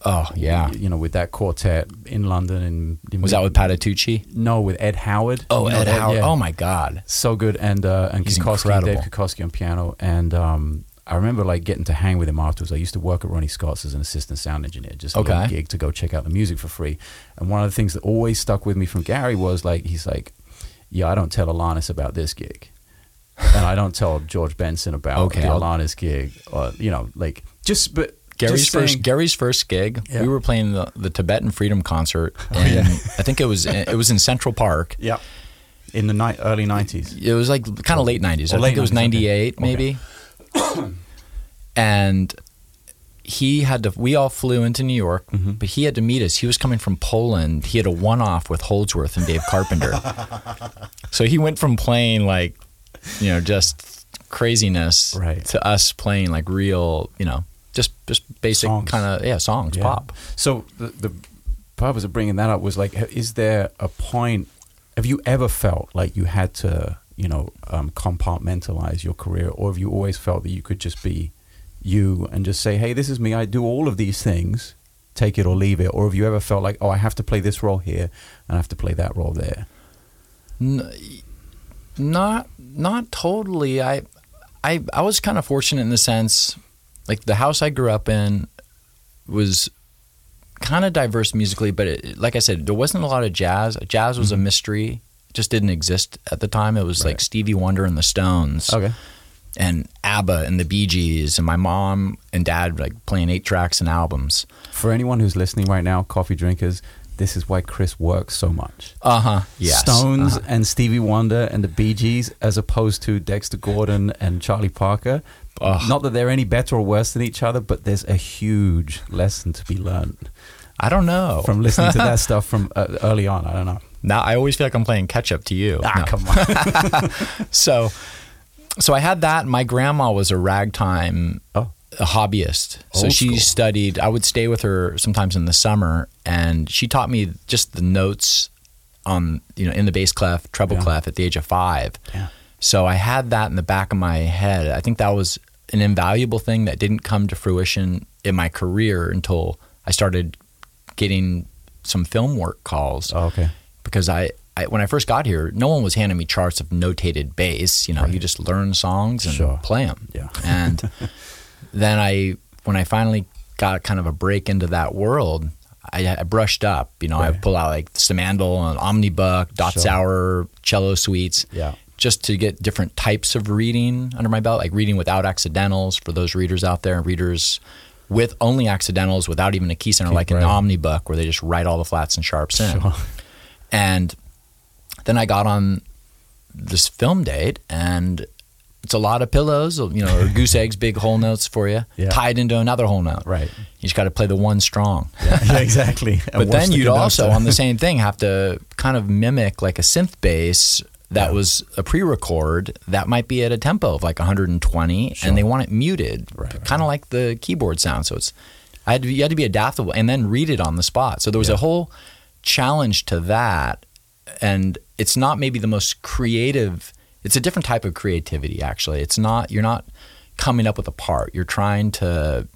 [SPEAKER 2] Oh yeah.
[SPEAKER 1] You know, with that quartet in London. And in,
[SPEAKER 2] Was that with Patitucci?
[SPEAKER 1] No, with Ed Howard.
[SPEAKER 2] Oh,
[SPEAKER 1] You know
[SPEAKER 2] Ed
[SPEAKER 1] that?
[SPEAKER 2] Howard.
[SPEAKER 1] Yeah.
[SPEAKER 2] Oh my God.
[SPEAKER 1] So good. And, uh, and
[SPEAKER 2] He's
[SPEAKER 1] Kukoski, Dave
[SPEAKER 2] incredible.
[SPEAKER 1] Kukoski on piano. And, um, I remember like getting to hang with him afterwards. I used to work at Ronnie Scott's as an assistant sound engineer, just a little
[SPEAKER 2] Okay.
[SPEAKER 1] gig to go check out the music for free. And one of the things that always stuck with me from Gary was like, he's like, yeah, I don't tell Alanis about this gig, and I don't tell George Benson about
[SPEAKER 2] Okay,
[SPEAKER 1] the
[SPEAKER 2] I'll-
[SPEAKER 1] Alanis gig, or you know, like just but
[SPEAKER 2] Gary's
[SPEAKER 1] just
[SPEAKER 2] first
[SPEAKER 1] saying-
[SPEAKER 2] Gary's first gig.
[SPEAKER 1] Yeah.
[SPEAKER 2] We were playing the, the Tibetan Freedom concert, and I think it was it was in Central Park.
[SPEAKER 1] yeah, in the ni- early nineties.
[SPEAKER 2] It was like kind of late nineties.
[SPEAKER 1] Oh,
[SPEAKER 2] I
[SPEAKER 1] late
[SPEAKER 2] think it
[SPEAKER 1] 90s,
[SPEAKER 2] was
[SPEAKER 1] okay.
[SPEAKER 2] ninety eight maybe. [COUGHS] and he had to. We all flew into New York,
[SPEAKER 1] Mm-hmm.
[SPEAKER 2] but he had to meet us. He was coming from Poland. He had a one off with Holdsworth and Dave
[SPEAKER 1] [LAUGHS]
[SPEAKER 2] Carpenter. so he went from playing like, you know, just craziness
[SPEAKER 1] Right.
[SPEAKER 2] to us playing like real, you know, just just basic
[SPEAKER 1] Songs.
[SPEAKER 2] kind of yeah songs pop.
[SPEAKER 1] So the, the purpose of bringing that up was like, is there a point? Have you ever felt like you had to, you know, um, compartmentalize your career, or have you always felt that you could just be you and just say, "Hey, this is me. I do all of these things. Take it or leave it." Or have you ever felt like, "Oh, I have to play this role here, and I have to play that role there"?
[SPEAKER 2] N- not not totally. I I I was kind of fortunate in the sense, like the house I grew up in was kind of diverse musically, but it, like I said, there wasn't a lot of jazz. Jazz was a mystery; it just didn't exist at the time. It was like
[SPEAKER 1] Mm-hmm. Right.
[SPEAKER 2] Stevie Wonder and the Stones,
[SPEAKER 1] Okay.
[SPEAKER 2] and ABBA and the Bee Gees, and my mom and dad like playing eight tracks and albums.
[SPEAKER 1] For anyone who's listening right now, coffee drinkers, this is why Chris works so much.
[SPEAKER 2] Uh huh. Yes. Uh-huh.
[SPEAKER 1] Stones and Stevie Wonder and the Bee Gees, as opposed to Dexter Gordon and Charlie Parker.
[SPEAKER 2] Ugh.
[SPEAKER 1] Not that they're any better or worse than each other, but there's a huge lesson to be learned
[SPEAKER 2] Uh, I don't know.
[SPEAKER 1] from listening to
[SPEAKER 2] [LAUGHS]
[SPEAKER 1] that stuff from uh, early on. I don't know.
[SPEAKER 2] now I always feel like I'm playing catch up to you.
[SPEAKER 1] Ah,
[SPEAKER 2] No.
[SPEAKER 1] come
[SPEAKER 2] [LAUGHS]
[SPEAKER 1] on.
[SPEAKER 2] so so I had that. My grandma was a ragtime
[SPEAKER 1] Oh.
[SPEAKER 2] hobbyist. so
[SPEAKER 1] Old
[SPEAKER 2] she
[SPEAKER 1] school.
[SPEAKER 2] studied. I would stay with her sometimes in the summer, and she taught me just the notes on you know in the bass clef, treble
[SPEAKER 1] Yeah.
[SPEAKER 2] clef at the age of five.
[SPEAKER 1] Yeah.
[SPEAKER 2] So I had that in the back of my head. I think that was an invaluable thing that didn't come to fruition in my career until I started getting some film work calls
[SPEAKER 1] Oh, okay.
[SPEAKER 2] because I, I when I first got here, no one was handing me charts of notated bass. You know, you just learn songs and play
[SPEAKER 1] Sure.
[SPEAKER 2] 'em. play them.
[SPEAKER 1] Yeah. [LAUGHS]
[SPEAKER 2] And then I, when I finally got kind of a break into that world, I, I brushed up. You know, I
[SPEAKER 1] Right.
[SPEAKER 2] pull out like Samandal and Omnibuck, Dot
[SPEAKER 1] Sure.
[SPEAKER 2] Sour, Cello Suites.
[SPEAKER 1] Yeah.
[SPEAKER 2] Just to get different types of reading under my belt, like reading without accidentals for those readers out there, and readers with only accidentals without even a key center, like an
[SPEAKER 1] right.
[SPEAKER 2] Omnibuck, where they just write all the flats and sharps in. And then I got on this film date, and it's a lot of pillows, you know,
[SPEAKER 1] [LAUGHS]
[SPEAKER 2] or goose eggs, big whole notes for you,
[SPEAKER 1] Yeah.
[SPEAKER 2] tied into another whole note. [LAUGHS]
[SPEAKER 1] Right.
[SPEAKER 2] You just got to play the one strong.
[SPEAKER 1] yeah, [LAUGHS] exactly. And
[SPEAKER 2] [LAUGHS] But
[SPEAKER 1] watch
[SPEAKER 2] then
[SPEAKER 1] the [LAUGHS]
[SPEAKER 2] you'd also,
[SPEAKER 1] conductor.
[SPEAKER 2] on the same thing, have to kind of mimic like a synth bass that
[SPEAKER 1] Yeah.
[SPEAKER 2] was a pre-record that might be at a tempo of like 120
[SPEAKER 1] Sure.
[SPEAKER 2] and they want it muted
[SPEAKER 1] Right, right,
[SPEAKER 2] kind of like the keyboard sound so it's I had to, you had to be adaptable and then read it on the spot so there was
[SPEAKER 1] Yeah.
[SPEAKER 2] a whole challenge to that and it's not maybe the most creative it's a different type of creativity actually it's not you're not coming up with a part you're trying to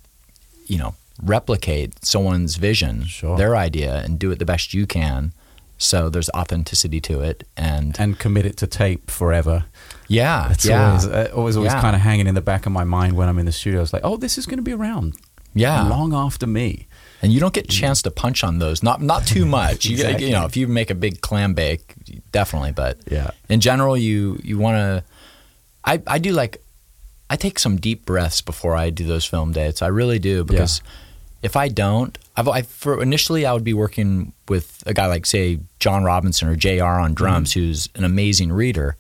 [SPEAKER 2] you know replicate someone's vision
[SPEAKER 1] Sure.
[SPEAKER 2] their idea and do it the best you can so there's authenticity to it and
[SPEAKER 1] and commit it to tape forever.
[SPEAKER 2] yeah,
[SPEAKER 1] That's
[SPEAKER 2] yeah,
[SPEAKER 1] always uh, always, always
[SPEAKER 2] Yeah.
[SPEAKER 1] kind of hanging in the back of my mind when I'm in the studio. It's like, oh, this is going to be around
[SPEAKER 2] yeah.
[SPEAKER 1] long after me.
[SPEAKER 2] and you don't get a chance to punch on those. Not not too much. You,
[SPEAKER 1] Exactly.
[SPEAKER 2] you know, if you make a big clam bake, definitely. But
[SPEAKER 1] Yeah.
[SPEAKER 2] in general, you you want to. I I do like. I take some deep breaths before I do those film dates. I really do because if I don't, I've, I for initially I would be working with a guy like say John Robinson or Jr. on
[SPEAKER 1] Mm-hmm.
[SPEAKER 2] drums, who's an amazing reader.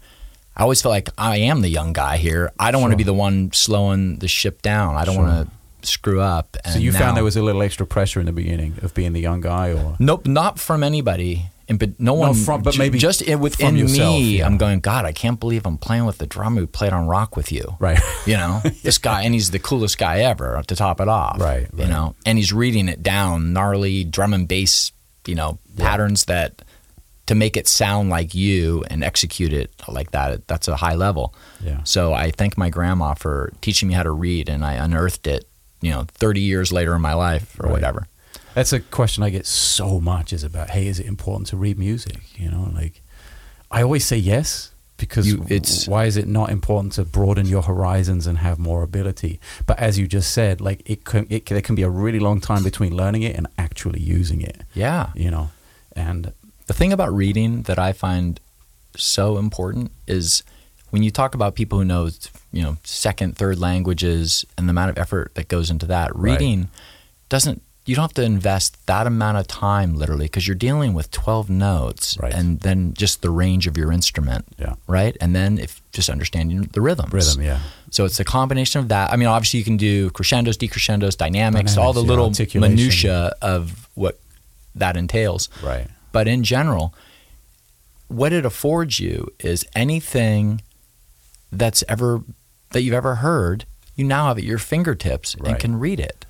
[SPEAKER 2] I always felt like I am the young guy here. I don't want to be the one slowing the ship down. I don't want to screw up.
[SPEAKER 1] So you
[SPEAKER 2] now-
[SPEAKER 1] found there was a little extra pressure in the beginning of being the young guy, or
[SPEAKER 2] Nope, not from anybody. And but no one
[SPEAKER 1] from- but
[SPEAKER 2] ju-
[SPEAKER 1] maybe
[SPEAKER 2] just i- within
[SPEAKER 1] from yourself,
[SPEAKER 2] me.
[SPEAKER 1] yeah.
[SPEAKER 2] I'm going. God, I can't believe I'm playing with the drummer who played on Rock with you.
[SPEAKER 1] [LAUGHS] right?
[SPEAKER 2] You
[SPEAKER 1] [LAUGHS]
[SPEAKER 2] know this guy, and he's the coolest guy ever. To top it off,
[SPEAKER 1] Right,
[SPEAKER 2] You
[SPEAKER 1] right.
[SPEAKER 2] know, and he's reading it down, gnarly drum and bass. You know patterns that to make it sound like you and execute it like that. That's a high level.
[SPEAKER 1] Yeah.
[SPEAKER 2] So I thank my grandma for teaching me how to read, and I unearthed it. You know, 30 years later in my life or
[SPEAKER 1] Right.
[SPEAKER 2] whatever.
[SPEAKER 1] That's a question I get so much is about, hey, is it important to read music? You know, like I always say yes because
[SPEAKER 2] You- it's-
[SPEAKER 1] why is it not important to broaden your horizons and have more ability? But as you just said, like it can, it can, there can be a really long time between learning it and actually using it,
[SPEAKER 2] Yeah.
[SPEAKER 1] you know. And
[SPEAKER 2] The thing about reading that I find so important is when you talk about people who know, you know, second, third languages and the amount of effort that goes into that,
[SPEAKER 1] Right.
[SPEAKER 2] reading doesn't you don't have to invest that amount of time literally because you're dealing with 12 notes
[SPEAKER 1] Right.
[SPEAKER 2] and then just the range of your instrument,
[SPEAKER 1] yeah,
[SPEAKER 2] right? And then if just understanding the rhythms.
[SPEAKER 1] rhythm, yeah.
[SPEAKER 2] So it's a combination of that. I mean, obviously you can do crescendos, decrescendos, dynamics,
[SPEAKER 1] Dynamics,
[SPEAKER 2] all the
[SPEAKER 1] yeah,
[SPEAKER 2] little
[SPEAKER 1] articulation.
[SPEAKER 2] minutia of what that entails.
[SPEAKER 1] Right.
[SPEAKER 2] But in general, what it affords you is anything that's ever that you've ever heard, you now have at your fingertips
[SPEAKER 1] Right.
[SPEAKER 2] and can read it.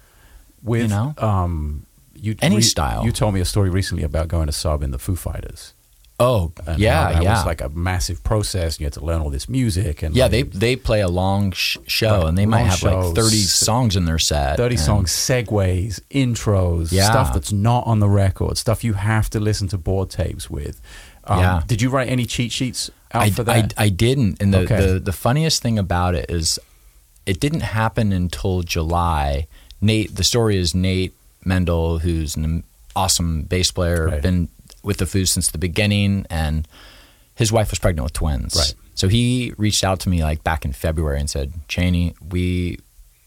[SPEAKER 1] With
[SPEAKER 2] You know?
[SPEAKER 1] um you
[SPEAKER 2] Any style.
[SPEAKER 1] You told me a story recently about going to sub in the Foo Fighters.
[SPEAKER 2] Oh, yeah,
[SPEAKER 1] how that
[SPEAKER 2] yeah.
[SPEAKER 1] was like a massive process and you had to learn all this music and
[SPEAKER 2] yeah,
[SPEAKER 1] like,
[SPEAKER 2] they they play a long sh- show
[SPEAKER 1] Like,
[SPEAKER 2] and they might
[SPEAKER 1] long
[SPEAKER 2] have
[SPEAKER 1] shows.
[SPEAKER 2] like 30 songs in their set.
[SPEAKER 1] 30
[SPEAKER 2] and-
[SPEAKER 1] songs, segues, intros,
[SPEAKER 2] Yeah.
[SPEAKER 1] stuff that's not on the record, stuff you have to listen to board tapes with. Um,
[SPEAKER 2] Yeah.
[SPEAKER 1] Did you write any cheat sheets out
[SPEAKER 2] I,
[SPEAKER 1] for that?
[SPEAKER 2] I, I didn't. And the,
[SPEAKER 1] Okay.
[SPEAKER 2] the, the funniest thing about it is it didn't happen until July. Nate, the story is Nate Mendel, who's an awesome bass player,
[SPEAKER 1] Right.
[SPEAKER 2] been with the Foo since the beginning, and his wife was pregnant with twins.
[SPEAKER 1] Right.
[SPEAKER 2] So he reached out to me like back in February and said, Cheney, we,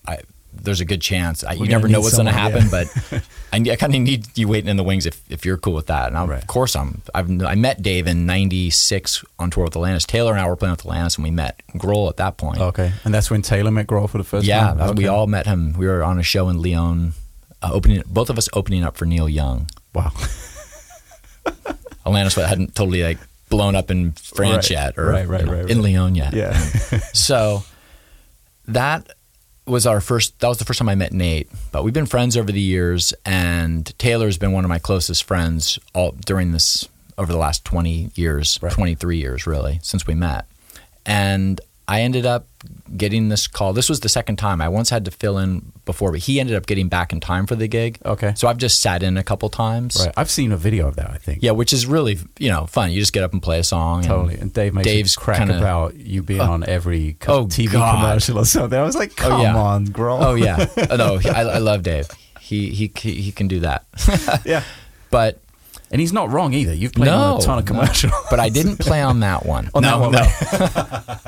[SPEAKER 2] I, there's a good chance. I, you
[SPEAKER 1] gonna
[SPEAKER 2] never know
[SPEAKER 1] need
[SPEAKER 2] what's going to
[SPEAKER 1] someone,
[SPEAKER 2] happen, but I, kind of need you waiting in the wings if, if you're cool with that. And I'm,
[SPEAKER 1] Right.
[SPEAKER 2] of course, I'm. I've, I met Dave in '96 on tour with Atlantis. Taylor and I were playing with Atlantis, and we met Grohl at that point.
[SPEAKER 1] okay. And that's when Taylor met Grohl for the first
[SPEAKER 2] yeah,
[SPEAKER 1] time?
[SPEAKER 2] that-
[SPEAKER 1] Oh, Okay.
[SPEAKER 2] we all met him. We were on a show in Lyon, uh, opening both of us opening up for Neil Young. [LAUGHS]
[SPEAKER 1] Wow.
[SPEAKER 2] Atlantis hadn't totally like blown up in France
[SPEAKER 1] Right,
[SPEAKER 2] yet, or
[SPEAKER 1] right, right,
[SPEAKER 2] you know,
[SPEAKER 1] right,
[SPEAKER 2] in Lyon yet.
[SPEAKER 1] yeah.
[SPEAKER 2] so that was our first that was the first time I met Nate, but we've been friends over the years and Taylor's been one of my closest friends all during this over the last 20 years,
[SPEAKER 1] Right.
[SPEAKER 2] 23 years really since we met. And I ended up getting this call. This was the second time. I once had to fill in before, but he ended up getting back in time for the gig.
[SPEAKER 1] Okay.
[SPEAKER 2] So I've just sat in a couple times.
[SPEAKER 1] [LAUGHS] right. I've seen a video of that, I think.
[SPEAKER 2] Yeah, which is really, you know, fun. You just get up and play a song. and-
[SPEAKER 1] Totally. And Dave makes
[SPEAKER 2] Dave's
[SPEAKER 1] a crack
[SPEAKER 2] kinda-
[SPEAKER 1] about you being on every co-
[SPEAKER 2] Oh,
[SPEAKER 1] TV
[SPEAKER 2] God.
[SPEAKER 1] commercial or something. I was like, come
[SPEAKER 2] Oh, yeah.
[SPEAKER 1] on, Grohl. [LAUGHS]
[SPEAKER 2] Oh yeah. Oh, no, he- I, I love Dave. He he he can do that. [LAUGHS]
[SPEAKER 1] yeah.
[SPEAKER 2] but
[SPEAKER 1] And he's not wrong either. You've played on
[SPEAKER 2] No,
[SPEAKER 1] a ton of
[SPEAKER 2] no.
[SPEAKER 1] commercials.
[SPEAKER 2] but I didn't play on that one.
[SPEAKER 1] [LAUGHS] On that
[SPEAKER 2] no,
[SPEAKER 1] one,
[SPEAKER 2] no.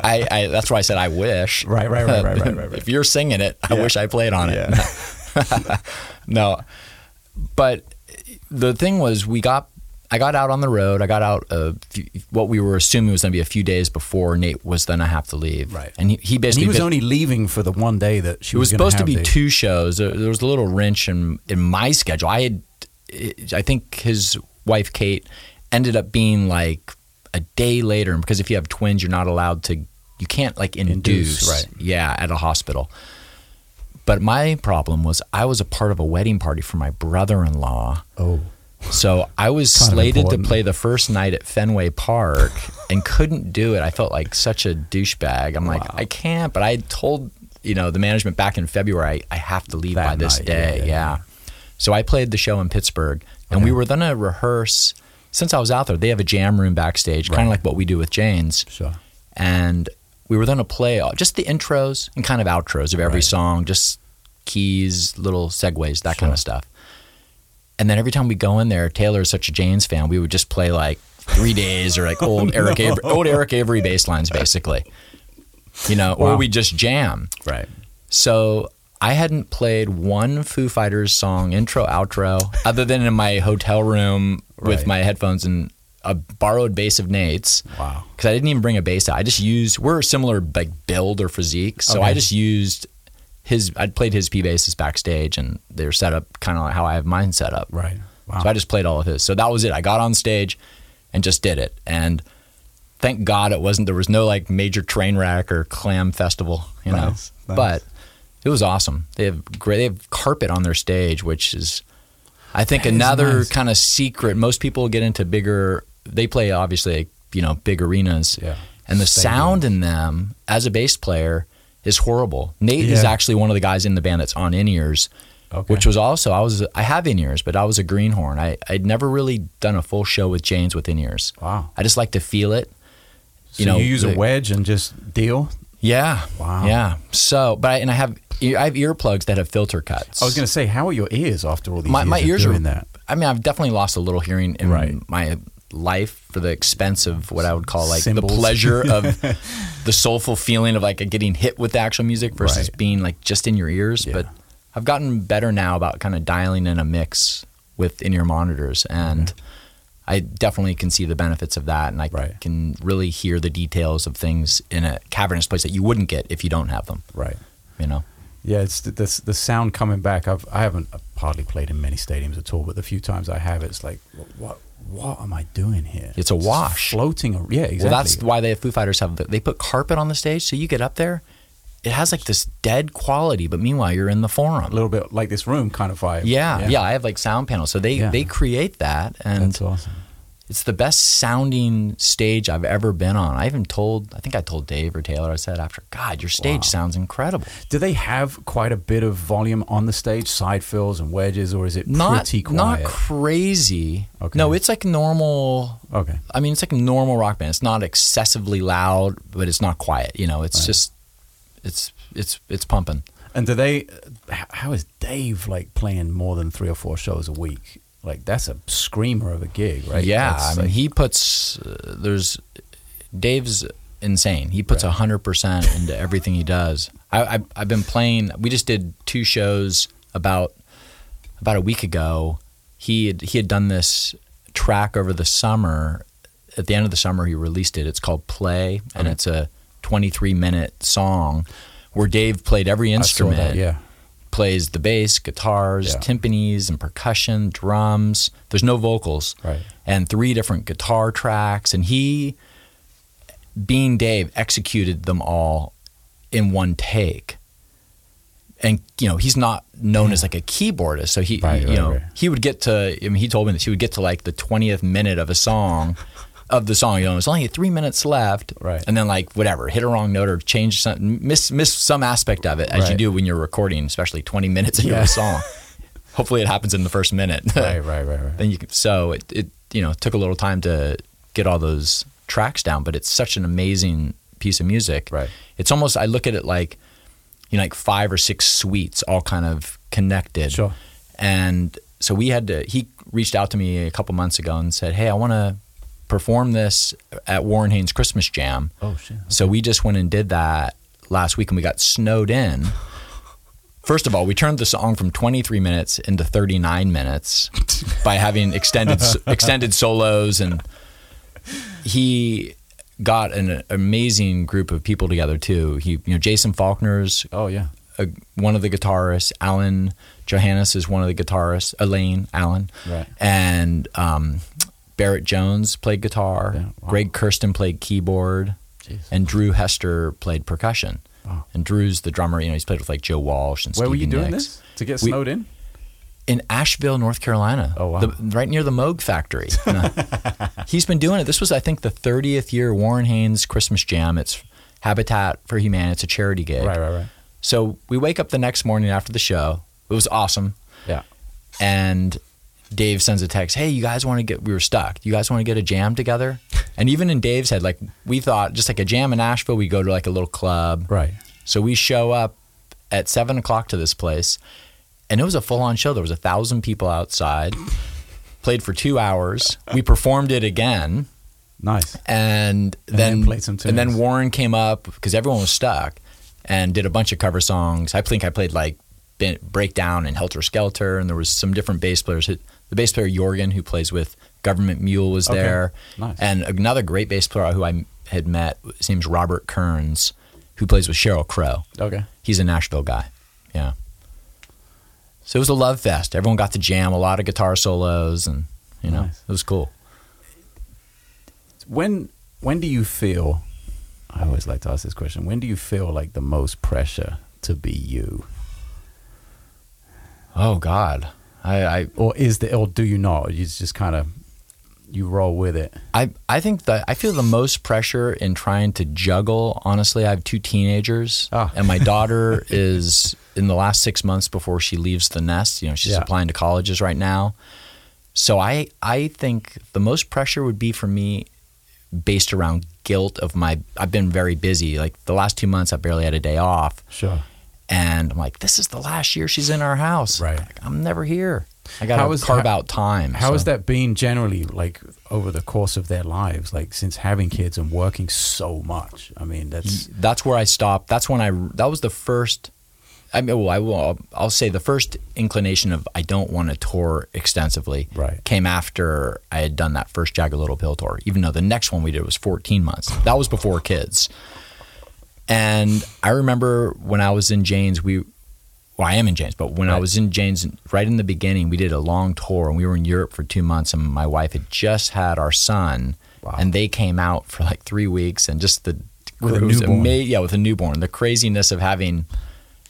[SPEAKER 2] I, I that's why I said I wish.
[SPEAKER 1] Right, right, right, right,
[SPEAKER 2] [LAUGHS]
[SPEAKER 1] right, right, right.
[SPEAKER 2] If you're singing it, I
[SPEAKER 1] Yeah.
[SPEAKER 2] wish I played on it.
[SPEAKER 1] yeah.
[SPEAKER 2] [LAUGHS] No. But the thing was, we got, I got out on the road. I got out uh, few, what we were assuming was going to be a few days before Nate was going to have to leave.
[SPEAKER 1] Right.
[SPEAKER 2] And he, he
[SPEAKER 1] And
[SPEAKER 2] basically
[SPEAKER 1] he was
[SPEAKER 2] bit-
[SPEAKER 1] only leaving for the one day that she
[SPEAKER 2] it was
[SPEAKER 1] gonna
[SPEAKER 2] supposed to
[SPEAKER 1] have
[SPEAKER 2] be
[SPEAKER 1] the-
[SPEAKER 2] two shows. There, there was a little wrench in in my schedule. I had, I think his wife Kate ended up being like a day later, and because if you have twins, you're not allowed to, you can't like induce,
[SPEAKER 1] Induce, right.
[SPEAKER 2] Yeah, at a hospital. But my problem was I was a part of a wedding party for my brother-in-law.
[SPEAKER 1] Oh.
[SPEAKER 2] So I was
[SPEAKER 1] Kind of
[SPEAKER 2] slated to
[SPEAKER 1] important.
[SPEAKER 2] play the first night at Fenway Park and couldn't do it. I felt like such a douchebag. I'm like, I can't. But I had told you know the management back in February I, I have to leave
[SPEAKER 1] That
[SPEAKER 2] by this
[SPEAKER 1] night,
[SPEAKER 2] day.
[SPEAKER 1] yeah,
[SPEAKER 2] Yeah,
[SPEAKER 1] yeah,
[SPEAKER 2] So I played the show in Pittsburgh, and we were gonna rehearse. Since I was out there, they have a jam room backstage, kind of like what we do with Jane's
[SPEAKER 1] Sure.
[SPEAKER 2] and we were going to play all- just the intros and kind of outros of every
[SPEAKER 1] Right.
[SPEAKER 2] song, just keys, little segues, that kind of stuff. And then every time we go in there, Taylor is such a Jane's fan, we would just play like Three Days or
[SPEAKER 1] [LAUGHS]
[SPEAKER 2] like
[SPEAKER 1] Oh,
[SPEAKER 2] old Eric Avery, old Eric Avery bass lines, basically. You know, or
[SPEAKER 1] Wow.
[SPEAKER 2] we just jam.
[SPEAKER 1] Right.
[SPEAKER 2] So I hadn't played one Foo Fighters song, intro, outro, other than in my hotel room
[SPEAKER 1] Right.
[SPEAKER 2] with my headphones and a borrowed bass of Nate's.
[SPEAKER 1] Wow.
[SPEAKER 2] Because I didn't even bring a bass out. I just used, we're similar like build or physique. So
[SPEAKER 1] Okay.
[SPEAKER 2] I just used his, I'd played his P basses backstage and they're set up kind of like how I have mine set up.
[SPEAKER 1] Right. Wow.
[SPEAKER 2] So I just played all of his. So that was it. I got on stage and just did it. And thank God it wasn't, there was no like major train wreck or clam festival, you know.
[SPEAKER 1] Nice, nice.
[SPEAKER 2] But it was awesome. They have great, they have carpet on their stage, which is, I think,
[SPEAKER 1] That is
[SPEAKER 2] another
[SPEAKER 1] nice.
[SPEAKER 2] kind of secret. Most people get into bigger, they play obviously, you know, big arenas.
[SPEAKER 1] Yeah.
[SPEAKER 2] And the
[SPEAKER 1] Stadium.
[SPEAKER 2] sound in them as a bass player is horrible. Nate is
[SPEAKER 1] Yeah.
[SPEAKER 2] actually one of the guys in the band that's on in ears
[SPEAKER 1] Okay.
[SPEAKER 2] which was also I was I have in ears, but I was a greenhorn. I I'd never really done a full show with Jane's with in ears.
[SPEAKER 1] wow.
[SPEAKER 2] I just like to feel it.
[SPEAKER 1] So you,
[SPEAKER 2] know,
[SPEAKER 1] use a
[SPEAKER 2] the-
[SPEAKER 1] wedge and just deal.
[SPEAKER 2] Yeah.
[SPEAKER 1] Wow.
[SPEAKER 2] Yeah. So, but I, and I have ear- I have earplugs that have filter cuts.
[SPEAKER 1] I was going to say, how are your ears after all these
[SPEAKER 2] my
[SPEAKER 1] years
[SPEAKER 2] my
[SPEAKER 1] of
[SPEAKER 2] ears are
[SPEAKER 1] doing that?
[SPEAKER 2] I mean, I've definitely lost a little hearing in
[SPEAKER 1] Right.
[SPEAKER 2] my life for the expense of what I would call like
[SPEAKER 1] Symbols.
[SPEAKER 2] the
[SPEAKER 1] [LAUGHS]
[SPEAKER 2] pleasure of the soulful feeling of like getting hit with the actual music versus
[SPEAKER 1] Right.
[SPEAKER 2] being like just in your ears.
[SPEAKER 1] Yeah.
[SPEAKER 2] But I've gotten better now about kind of dialing in a mix with in your monitors and. I definitely can see the benefits of that, and I
[SPEAKER 1] Mm-hmm. Right.
[SPEAKER 2] can really hear the details of things in a cavernous place that you wouldn't get if you don't have them.
[SPEAKER 1] Right.
[SPEAKER 2] You know,
[SPEAKER 1] Yeah, it's the, the the sound coming back. I've I haven't hardly played in many stadiums at all, but the few times I have, it's like what what am I doing here?
[SPEAKER 2] It's a
[SPEAKER 1] just
[SPEAKER 2] wash.
[SPEAKER 1] floating. ar- Yeah, exactly.
[SPEAKER 2] Well, that's why the Foo Fighters have the, they put carpet on the stage, so you get up there, it has like this dead quality, but meanwhile you're in the
[SPEAKER 1] a
[SPEAKER 2] forum.
[SPEAKER 1] little bit like this room kind of vibe.
[SPEAKER 2] Yeah, yeah, I have like sound panels, so they
[SPEAKER 1] Yeah.
[SPEAKER 2] they create that, and
[SPEAKER 1] That's awesome.
[SPEAKER 2] it's the best sounding stage I've ever been on. I even told, I think I told Dave or Taylor, I said after, God, your stage sounds incredible.
[SPEAKER 1] Do they have quite a bit of volume on the stage, side fills and wedges, or is it
[SPEAKER 2] Not
[SPEAKER 1] pretty
[SPEAKER 2] not
[SPEAKER 1] quiet?
[SPEAKER 2] crazy.
[SPEAKER 1] Okay.
[SPEAKER 2] No, it's like normal.
[SPEAKER 1] okay,
[SPEAKER 2] I mean, it's like a normal rock band. It's not excessively loud, but it's not quiet. You know, it's just, it's it's it's pumping.
[SPEAKER 1] and do they? h- How is Dave like playing more than three or four shows a week? Like that's a screamer of a gig, right?
[SPEAKER 2] Yeah,
[SPEAKER 1] That's
[SPEAKER 2] I mean,
[SPEAKER 1] like-
[SPEAKER 2] he puts uh, there's Dave's insane. He puts hundred percent into everything he does. I, I I've been playing. We just did two shows about about a week ago. He had, he had done this track over the summer. At the end of the summer, he released it. It's called Play, and it's a 23 minute song where Dave played every
[SPEAKER 1] I saw
[SPEAKER 2] instrument
[SPEAKER 1] that,
[SPEAKER 2] [LAUGHS]
[SPEAKER 1] yeah.
[SPEAKER 2] plays the bass, guitars,
[SPEAKER 1] Yeah.
[SPEAKER 2] timpanis, and percussion, drums. There's no vocals.
[SPEAKER 1] Right.
[SPEAKER 2] And three different guitar tracks. And he, being Dave, executed them all in one take. And you know he's not known as like a keyboardist, so he
[SPEAKER 1] Right,
[SPEAKER 2] you
[SPEAKER 1] right,
[SPEAKER 2] know
[SPEAKER 1] right.
[SPEAKER 2] he would get to. I mean, he told me that he would get to like the twentieth minute of a song, of the song. You know, it's only three minutes left,
[SPEAKER 1] Right.
[SPEAKER 2] And then like whatever, hit a wrong note or change some, miss miss some aspect of it as you
[SPEAKER 1] Right.
[SPEAKER 2] do when you're recording, especially 20 minutes into
[SPEAKER 1] Yeah. [LAUGHS]
[SPEAKER 2] a song. Hopefully, it happens in the first minute.
[SPEAKER 1] Right, right, right, right.
[SPEAKER 2] [LAUGHS] then you can, so it, it you know took a little time to get all those tracks down, but it's such an amazing piece of music.
[SPEAKER 1] Right.
[SPEAKER 2] It's almost I look at it like you know like five or six suites all kind of connected.
[SPEAKER 1] Sure.
[SPEAKER 2] And so we had to. He reached out to me a couple months ago and said, "Hey, I want to perform this at Warren Haynes Christmas Jam."
[SPEAKER 1] Oh shit.
[SPEAKER 2] So we just went and did that last week and we got snowed in. First of all, we turned the song from 23 minutes into 39 minutes by having extended extended solos and he got an amazing group of people together too. He, you know, Jason Faulkner's
[SPEAKER 1] Oh yeah.
[SPEAKER 2] a, one of the guitarists. Alan Johannes is one of the guitarists. Elaine Allen,
[SPEAKER 1] Right.
[SPEAKER 2] And um, Barrett Jones played guitar,
[SPEAKER 1] Yeah, wow.
[SPEAKER 2] Greg Kirsten played keyboard,
[SPEAKER 1] Jeez.
[SPEAKER 2] and Drew Hester played percussion.
[SPEAKER 1] Wow.
[SPEAKER 2] And Drew's the drummer. You know, he's played with like Joe Walsh and
[SPEAKER 1] Where
[SPEAKER 2] Stevie
[SPEAKER 1] were you doing
[SPEAKER 2] Nicks.
[SPEAKER 1] this to get
[SPEAKER 2] We-
[SPEAKER 1] snowed in?
[SPEAKER 2] in Asheville, North Carolina.
[SPEAKER 1] Oh, wow.
[SPEAKER 2] The, right near the
[SPEAKER 1] [LAUGHS]
[SPEAKER 2] Moog factory. No. He's been doing it. This was, I think, the 30th year Warren Haynes Christmas Jam. It's Habitat for Humanity. It's a charity gig.
[SPEAKER 1] Right, right, right.
[SPEAKER 2] So we wake up the next morning after the show. It was awesome.
[SPEAKER 1] Yeah.
[SPEAKER 2] And Dave sends a text, "Hey, you guys want to get? We were stuck. You guys want to get a jam together?" And even in Dave's head, like we thought, just like a jam in Asheville, we go to like a little club,
[SPEAKER 1] Right.
[SPEAKER 2] so we show up at seven o'clock to this place, and it was a full on show. There was a thousand people outside. Played for two hours. We performed it again,
[SPEAKER 1] Nice.
[SPEAKER 2] and
[SPEAKER 1] And
[SPEAKER 2] then
[SPEAKER 1] then played some
[SPEAKER 2] and then
[SPEAKER 1] tunes.
[SPEAKER 2] Warren came up because everyone was stuck, and did a bunch of cover songs. I think I played like Ben- Breakdown and Helter Skelter, and there was some different bass players. The bass player Jorgen, who plays with Government Mule, was
[SPEAKER 1] Okay.
[SPEAKER 2] there,
[SPEAKER 1] Nice.
[SPEAKER 2] and another great bass player who I had met. His name's Robert Kearns, who plays with Cheryl Crow
[SPEAKER 1] Okay.
[SPEAKER 2] he's a Nashville guy. Yeah. So it was a love fest. Everyone got to jam, a lot of guitar solos, and you know
[SPEAKER 1] Nice.
[SPEAKER 2] it was cool.
[SPEAKER 1] When when do you feel? I always like to ask this question. When do you feel like the most pressure to be you,
[SPEAKER 2] Oh God, I I
[SPEAKER 1] or is there, or do you not? You just kind of you roll with it.
[SPEAKER 2] I, I think that I feel the most pressure in trying to juggle. Honestly, I have two teenagers,
[SPEAKER 1] Ah.
[SPEAKER 2] and my
[SPEAKER 1] [LAUGHS]
[SPEAKER 2] daughter is in the last six months before she leaves the nest. You know, she's
[SPEAKER 1] Yeah.
[SPEAKER 2] applying to colleges right now. So I I think the most pressure would be for me based around guilt of my. I've been very busy. Like the last two months, I barely had a day off,
[SPEAKER 1] Sure.
[SPEAKER 2] and I'm like, this is the last year she's in our house.
[SPEAKER 1] Right.
[SPEAKER 2] Like, I'm never here. I got
[SPEAKER 1] How is-
[SPEAKER 2] to carve
[SPEAKER 1] how-
[SPEAKER 2] out time.
[SPEAKER 1] How has
[SPEAKER 2] so.
[SPEAKER 1] that been generally, like over the course of their lives, like since having kids and working so much? I mean, that's
[SPEAKER 2] that's where I stopped. That's when I that was the first. I mean, well, I will. I'll, I'll say the first inclination of I don't want to tour extensively
[SPEAKER 1] Right.
[SPEAKER 2] came after I had done that first Jagged Little Pill tour. Even though the next one we did was 14 months. That was before kids. And I remember when I was in Jane's, we, well, I am in Jane's, but when I
[SPEAKER 1] Right.
[SPEAKER 2] was in Jane's, right in the beginning, we did a long tour and we were in Europe for two months and my wife had just had our son
[SPEAKER 1] Wow.
[SPEAKER 2] and they came out for like three weeks and just the,
[SPEAKER 1] With a
[SPEAKER 2] it was
[SPEAKER 1] newborn.
[SPEAKER 2] ama- yeah, with a newborn, the craziness of having,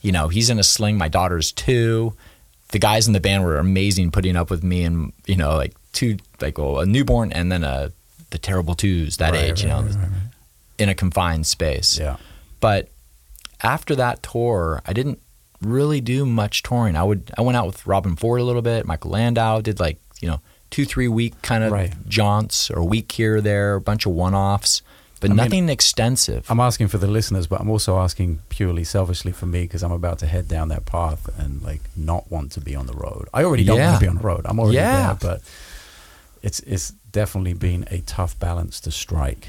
[SPEAKER 2] you know, he's in a sling, my daughter's two. The guys in the band were amazing putting up with me and, you know, like two, like well, a newborn and then a, the terrible twos that
[SPEAKER 1] Right,
[SPEAKER 2] age, you know,
[SPEAKER 1] right, right, right, right.
[SPEAKER 2] in a confined space.
[SPEAKER 1] yeah.
[SPEAKER 2] But after that tour, I didn't really do much touring. I would I went out with Robin Ford a little bit, Michael Landau, did like, you know, two, three week kind of
[SPEAKER 1] Right.
[SPEAKER 2] jaunts or a week here or there, a bunch of one offs, but
[SPEAKER 1] I mean, um,
[SPEAKER 2] nothing extensive.
[SPEAKER 1] I'm asking for the listeners, but I'm also asking purely selfishly for me because I'm about to head down that path and like not want to be on the road. I already don't
[SPEAKER 2] Yeah.
[SPEAKER 1] want to be on the road. I'm already
[SPEAKER 2] Yeah.
[SPEAKER 1] there, but it's it's definitely been a tough balance to strike.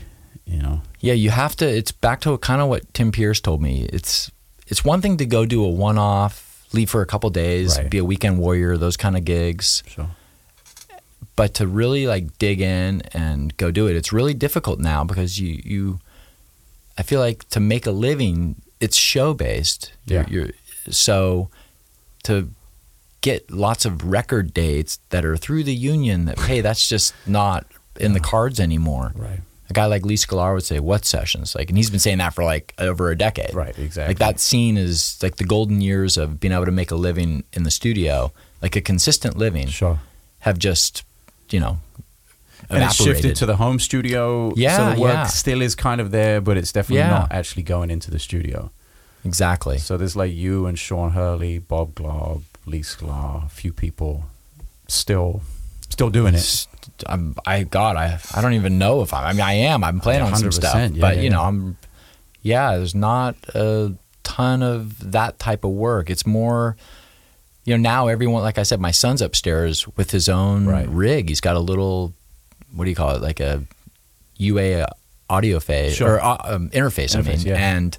[SPEAKER 1] You know,
[SPEAKER 2] Yeah, you have to. It's back to kind of what Tim Pierce told me. It's it's one thing to go do a one off, leave for a couple days,
[SPEAKER 1] Right.
[SPEAKER 2] be a weekend warrior, those kind of gigs.
[SPEAKER 1] sure.
[SPEAKER 2] But to really like dig in and go do it, it's really difficult now because you you. I feel like to make a living, it's show based.
[SPEAKER 1] Yeah.
[SPEAKER 2] You're, you're, so to get lots of record dates that are through the union that hey that's just not in the cards anymore
[SPEAKER 1] Right.
[SPEAKER 2] a guy like Lee Scalar would say, "What sessions?" Like, and he's been saying that for like over a decade.
[SPEAKER 1] Right, exactly.
[SPEAKER 2] Like that scene is like the golden years of being able to make a living in the studio, like a consistent living,
[SPEAKER 1] Sure.
[SPEAKER 2] have just, you know,
[SPEAKER 1] And it's
[SPEAKER 2] evaporated.
[SPEAKER 1] shifted to the home studio.
[SPEAKER 2] Yeah,
[SPEAKER 1] So the work
[SPEAKER 2] yeah.
[SPEAKER 1] still is kind of there, but it's definitely
[SPEAKER 2] Yeah.
[SPEAKER 1] not actually going into the studio.
[SPEAKER 2] exactly.
[SPEAKER 1] So there's like you and Sean Hurley, Bob Glob, Lee Sklar, a few people still still doing it.
[SPEAKER 2] S- I'm, I God, I I don't even know if I'm. I mean, I am. I'm playing on some stuff,
[SPEAKER 1] 100%, yeah,
[SPEAKER 2] but
[SPEAKER 1] yeah,
[SPEAKER 2] you know,
[SPEAKER 1] yeah.
[SPEAKER 2] I'm. Yeah, there's not a ton of that type of work. It's more, you know, now everyone. Like I said, my son's upstairs with his own
[SPEAKER 1] Right.
[SPEAKER 2] rig. He's got a little, what do you call it? Like a UA audio phase
[SPEAKER 1] Sure.
[SPEAKER 2] or uh, um, interface. I
[SPEAKER 1] Interface,
[SPEAKER 2] mean,
[SPEAKER 1] yeah.
[SPEAKER 2] and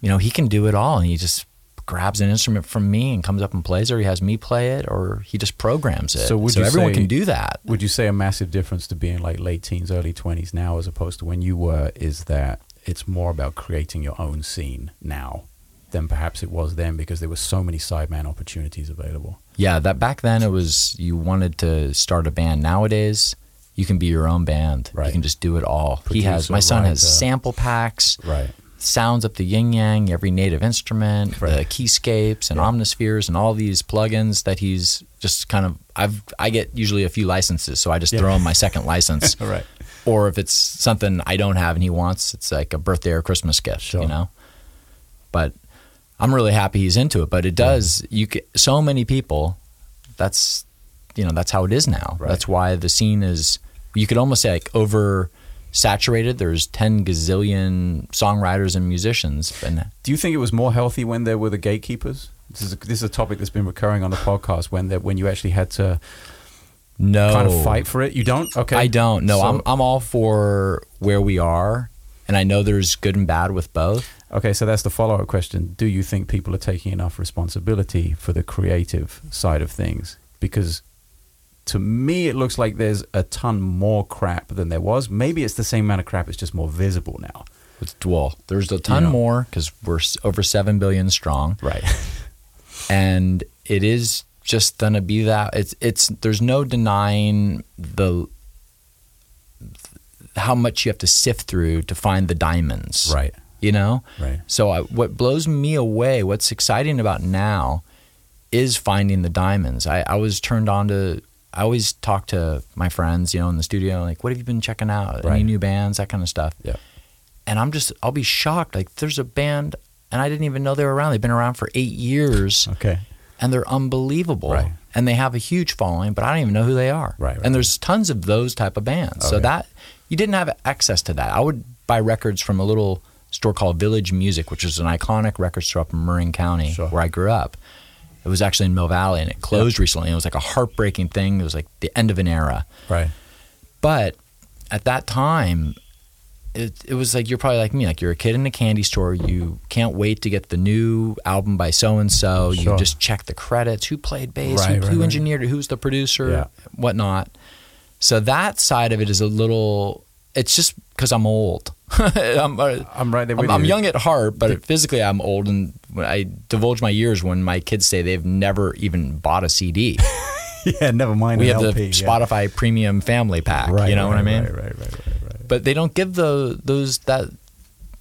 [SPEAKER 2] you know, he can do it all, and he just grabs an instrument from me and comes up and plays it or he has me play it or he just programs it
[SPEAKER 1] So would
[SPEAKER 2] so
[SPEAKER 1] you
[SPEAKER 2] everyone
[SPEAKER 1] say-
[SPEAKER 2] can do that
[SPEAKER 1] Would you say a massive difference to being like late teens, early twenties now, as opposed to when you were, is that it's more about creating your own scene now than perhaps it was then because there were so many sideman opportunities available.
[SPEAKER 2] Yeah, that back then it was you wanted to start a band. Nowadays, you can be your own band. You
[SPEAKER 1] Right.
[SPEAKER 2] can just do it all. he has
[SPEAKER 1] Producer,
[SPEAKER 2] my son has
[SPEAKER 1] writer.
[SPEAKER 2] sample packs,
[SPEAKER 1] Right.
[SPEAKER 2] sounds up the yin yang, every native instrument, the
[SPEAKER 1] Right.
[SPEAKER 2] keyscapes and omnispheres and all these plugins that he's just kind of I've I get usually a few licenses, so I just
[SPEAKER 1] Yeah.
[SPEAKER 2] throw him my second [LAUGHS] license.
[SPEAKER 1] All right.
[SPEAKER 2] Or if it's something I don't have and he wants, it's like a birthday or Christmas gift, you
[SPEAKER 1] Sure.
[SPEAKER 2] know. But I'm really happy he's into it, but it does you ca so many people that's you know, that's how it is now.
[SPEAKER 1] Right.
[SPEAKER 2] That's why the scene is you could almost say like over saturated. There's 10 gazillion songwriters and musicians and
[SPEAKER 1] Do you think it was more healthy when there were the gatekeepers? This is a, this is a topic that's been recurring on the podcast. When that when you actually had to
[SPEAKER 2] no
[SPEAKER 1] kind of fight for it, you don't. Okay,
[SPEAKER 2] Oh. I don't. No,
[SPEAKER 1] So-
[SPEAKER 2] I'm I'm all for where we are and I know there's good and bad with both.
[SPEAKER 1] Okay, so that's the follow up question. Do you think people are taking enough responsibility for the creative side of things? Because to me, it looks like there's a ton more crap than there was. Maybe it's the same amount of crap, it's just more visible now.
[SPEAKER 2] With well, there's a ton
[SPEAKER 1] know.
[SPEAKER 2] more cuz we're s- over 7 billion strong.
[SPEAKER 1] Right.
[SPEAKER 2] [LAUGHS] and it is just gonna be that it's it's there's no denying the how much you have to sift through to find the diamonds
[SPEAKER 1] Right.
[SPEAKER 2] you know
[SPEAKER 1] Right.
[SPEAKER 2] so I, what blows me away what's exciting about now is finding the diamonds I, I was turned on to i always talk to my friends you know in the studio like what have you been checking out any
[SPEAKER 1] Right.
[SPEAKER 2] new bands that kind of stuff
[SPEAKER 1] Yeah.
[SPEAKER 2] and i'm just i'll be shocked like there's a band and i didn't even know they were around they've been around for eight years
[SPEAKER 1] Okay.
[SPEAKER 2] and they're unbelievable
[SPEAKER 1] Right.
[SPEAKER 2] and they have a huge following but i don't even know who they are
[SPEAKER 1] Right, right.
[SPEAKER 2] and there's tons of those type of bands so
[SPEAKER 1] Okay.
[SPEAKER 2] that you didn't have access to that i would buy records from a little store called village music which is an iconic record store up in marin county
[SPEAKER 1] Sure.
[SPEAKER 2] where i grew up it was actually in mill valley and it closed recently it was like a heartbreaking thing it was like the end of an era
[SPEAKER 1] Right.
[SPEAKER 2] but at that time, it, it was like you're probably like me, like you're a kid in a candy store. You can't wait to get the new album by so and so. You
[SPEAKER 1] Sure.
[SPEAKER 2] just check the credits, who played bass, who,
[SPEAKER 1] Right, right,
[SPEAKER 2] who
[SPEAKER 1] right.
[SPEAKER 2] engineered it, who's the producer,
[SPEAKER 1] Yeah.
[SPEAKER 2] whatnot. So that side of it is a little. It's just because I'm old. [LAUGHS] I'm, uh,
[SPEAKER 1] I'm right there with
[SPEAKER 2] I'm, I'm
[SPEAKER 1] you.
[SPEAKER 2] young at heart, but physically I'm old, and when I divulge my years when my kids say they've never even bought
[SPEAKER 1] [LAUGHS]
[SPEAKER 2] a CD.
[SPEAKER 1] [LAUGHS] yeah, never mind.
[SPEAKER 2] We
[SPEAKER 1] an
[SPEAKER 2] have the
[SPEAKER 1] LP, yeah.
[SPEAKER 2] Spotify Premium Family Pack.
[SPEAKER 1] Right.
[SPEAKER 2] you know what I
[SPEAKER 1] right,
[SPEAKER 2] mean?
[SPEAKER 1] Right, right, right, right, right.
[SPEAKER 2] but they don't give the those that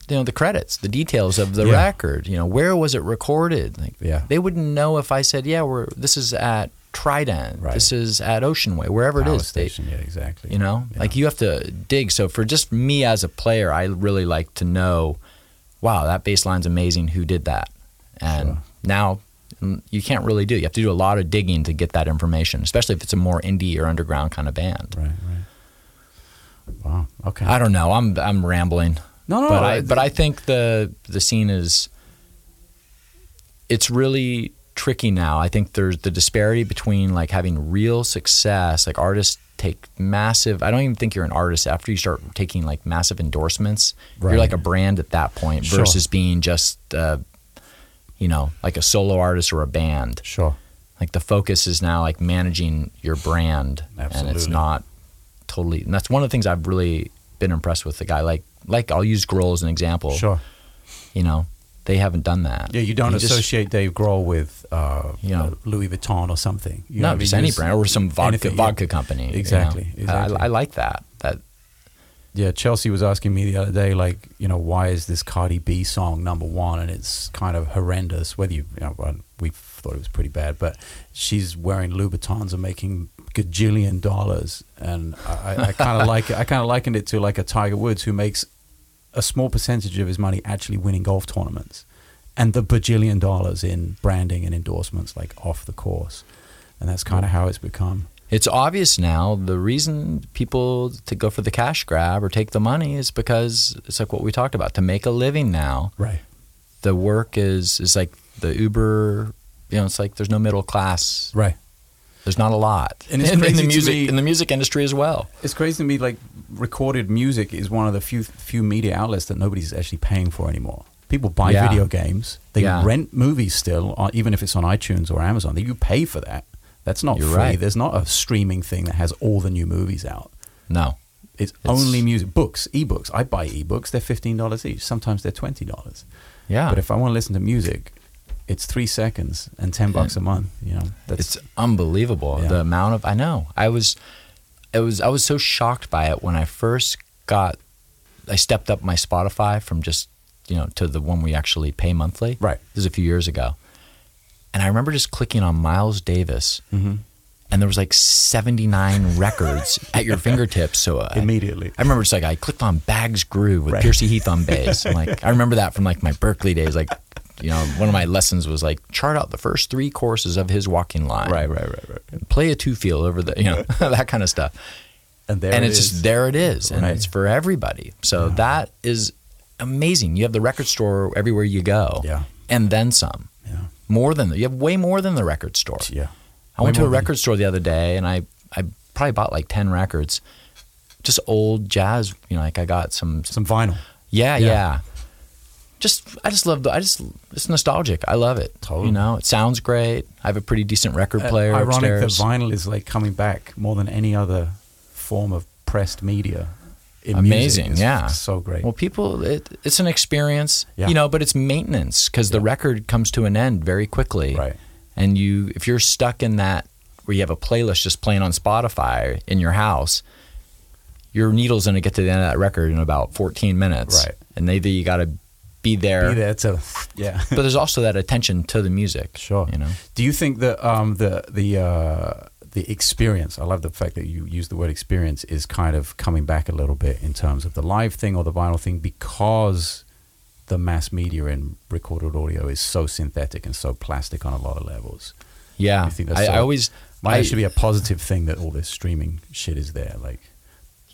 [SPEAKER 2] you know the credits, the details of the
[SPEAKER 1] Yeah.
[SPEAKER 2] record. You know where was it recorded? Like,
[SPEAKER 1] Yeah.
[SPEAKER 2] they wouldn't know if I said, yeah, we're this is at Trident,
[SPEAKER 1] Right.
[SPEAKER 2] this is at Oceanway, wherever
[SPEAKER 1] Power
[SPEAKER 2] it is. They,
[SPEAKER 1] station. yeah, exactly.
[SPEAKER 2] you know,
[SPEAKER 1] Yeah.
[SPEAKER 2] like you have to dig. So for just me as a player, I really like to know, wow, that bass line's amazing. Who did that? And
[SPEAKER 1] Sure.
[SPEAKER 2] now mm, you can't really do. it. You have to do a lot of digging to get that information, especially if it's a more indie or underground kind of band.
[SPEAKER 1] Right, right. Wow. Okay.
[SPEAKER 2] I don't know. I'm I'm rambling.
[SPEAKER 1] No, no,
[SPEAKER 2] but
[SPEAKER 1] no,
[SPEAKER 2] I
[SPEAKER 1] it-
[SPEAKER 2] but I think the the scene is it's really tricky now. I think there's the disparity between like having real success, like artists take massive I don't even think you're an artist after you start taking like massive endorsements. You're
[SPEAKER 1] Right.
[SPEAKER 2] like a brand at that point
[SPEAKER 1] Sure.
[SPEAKER 2] versus being just uh, you know, like a solo artist or a band.
[SPEAKER 1] sure.
[SPEAKER 2] Like the focus is now like managing your brand, and it's
[SPEAKER 1] Absolutely.
[SPEAKER 2] not totally. And that's one of the things I've really been impressed with. The guy, like, like I'll use Grohl as an example.
[SPEAKER 1] Sure.
[SPEAKER 2] You know, they haven't done that.
[SPEAKER 1] Yeah, you don't
[SPEAKER 2] just-
[SPEAKER 1] associate Dave Grohl with uh,
[SPEAKER 2] You know.
[SPEAKER 1] Louis Vuitton or something. You know what
[SPEAKER 2] no,
[SPEAKER 1] I mean?
[SPEAKER 2] just
[SPEAKER 1] You
[SPEAKER 2] any
[SPEAKER 1] just-
[SPEAKER 2] brand or some vodka
[SPEAKER 1] anything, yeah.
[SPEAKER 2] vodka company. you know?
[SPEAKER 1] Exactly,
[SPEAKER 2] I-
[SPEAKER 1] exactly.
[SPEAKER 2] I, I like that. That
[SPEAKER 1] Yeah, Chelsea was asking me the other day, like, you know, why is this Cardi B song number one? And it's kind of horrendous. Whether you, you know, well, we thought it was pretty bad, but she's wearing Louboutins and making gajillion dollars, and I, I- I kind of like it. I kind of likened it to like a Tiger Woods who makes a small percentage of his money actually winning golf tournaments, and the bajillion dollars in branding and endorsements, like off the course, and that's kind of how it's become.
[SPEAKER 2] it's obvious now. The reason people to go for the cash grab or take the money is because it's like what we talked about to make a living now.
[SPEAKER 1] Right.
[SPEAKER 2] The work is is like the Uber. You know, it's like there's no middle class
[SPEAKER 1] Right.
[SPEAKER 2] There's not a lot
[SPEAKER 1] And it's
[SPEAKER 2] [LAUGHS] in, in
[SPEAKER 1] crazy
[SPEAKER 2] the
[SPEAKER 1] to
[SPEAKER 2] music
[SPEAKER 1] me-
[SPEAKER 2] in the music industry as well.
[SPEAKER 1] It's crazy to me. Like recorded music is one of the few few media outlets that nobody's actually paying for anymore. People buy
[SPEAKER 2] Yeah.
[SPEAKER 1] video games. They
[SPEAKER 2] Yeah.
[SPEAKER 1] rent movies still, on, even if it's on iTunes or Amazon. They- You pay for that. That's not
[SPEAKER 2] You're
[SPEAKER 1] free.
[SPEAKER 2] right.
[SPEAKER 1] There's not a streaming thing that has all the new movies out.
[SPEAKER 2] No,
[SPEAKER 1] It's,
[SPEAKER 2] It's-
[SPEAKER 1] only music. Books, ebooks. I buy ebooks. They're fifteen dollars each. Sometimes they're twenty dollars.
[SPEAKER 2] yeah,
[SPEAKER 1] But if I want to listen to music, it's three seconds and ten bucks a month. You know, that's
[SPEAKER 2] it's unbelievable
[SPEAKER 1] Yeah.
[SPEAKER 2] the amount of I know. I was it was I was so shocked by it when I first got I stepped up my Spotify from just you know to the one we actually pay monthly.
[SPEAKER 1] Right.
[SPEAKER 2] This is a few years ago, and I remember just clicking on Miles Davis,
[SPEAKER 1] Mm-hmm.
[SPEAKER 2] and there was like seventy nine [LAUGHS] records at your fingertips. So uh, I,
[SPEAKER 1] Immediately.
[SPEAKER 2] I remember just like I clicked on Bags Groove with Piercy Heath
[SPEAKER 1] [LAUGHS]
[SPEAKER 2] on bass. I'm like I remember that from like my Berkeley days. Like you know one of my lessons was like chart out the first three courses of his walking line.
[SPEAKER 1] Right, right, right, right.
[SPEAKER 2] Play a two feel over the you know [LAUGHS] that kind of stuff
[SPEAKER 1] And there
[SPEAKER 2] and
[SPEAKER 1] it
[SPEAKER 2] it's
[SPEAKER 1] is.
[SPEAKER 2] just there it is and
[SPEAKER 1] Right.
[SPEAKER 2] it's for everybody so that is amazing you have the record store everywhere you go
[SPEAKER 1] Yeah.
[SPEAKER 2] and then some
[SPEAKER 1] Yeah.
[SPEAKER 2] more than you have way more than the record store
[SPEAKER 1] Yeah.
[SPEAKER 2] i went
[SPEAKER 1] Way
[SPEAKER 2] to a
[SPEAKER 1] more than-
[SPEAKER 2] record store the other day and i i probably bought like 10 records just old jazz you know like i got some
[SPEAKER 1] Some vinyl.
[SPEAKER 2] yeah
[SPEAKER 1] Yeah.
[SPEAKER 2] yeah, Just, I just love the. I just, it's nostalgic. I love it.
[SPEAKER 1] Totally.
[SPEAKER 2] You know, it sounds great. I have a pretty decent record player
[SPEAKER 1] Uh, ironic
[SPEAKER 2] upstairs.
[SPEAKER 1] that vinyl is like coming back more than any other form of pressed media. In music.
[SPEAKER 2] amazing
[SPEAKER 1] It's
[SPEAKER 2] yeah
[SPEAKER 1] so great.
[SPEAKER 2] well people it, it's an experience
[SPEAKER 1] Yeah.
[SPEAKER 2] you know but it's maintenance because the record comes to an end very quickly
[SPEAKER 1] Right.
[SPEAKER 2] and you if you're stuck in that where you have a playlist just playing on spotify in your house your needle's going to get to the end of that record in about 14 minutes
[SPEAKER 1] Right.
[SPEAKER 2] and either you got to be there
[SPEAKER 1] Be there, it's a [LAUGHS] yeah.
[SPEAKER 2] but there's also that attention to the music
[SPEAKER 1] Sure.
[SPEAKER 2] you know
[SPEAKER 1] Do you think that um, the the uh, the experience? I love the fact that you use the word experience is kind of coming back a little bit in terms of the live thing or the vinyl thing because the mass media and recorded audio is so synthetic and so plastic on a lot of levels.
[SPEAKER 2] yeah
[SPEAKER 1] I think that's
[SPEAKER 2] I,
[SPEAKER 1] sort
[SPEAKER 2] I
[SPEAKER 1] of-
[SPEAKER 2] always
[SPEAKER 1] Might
[SPEAKER 2] I-
[SPEAKER 1] actually be a positive thing that all this streaming shit is there, like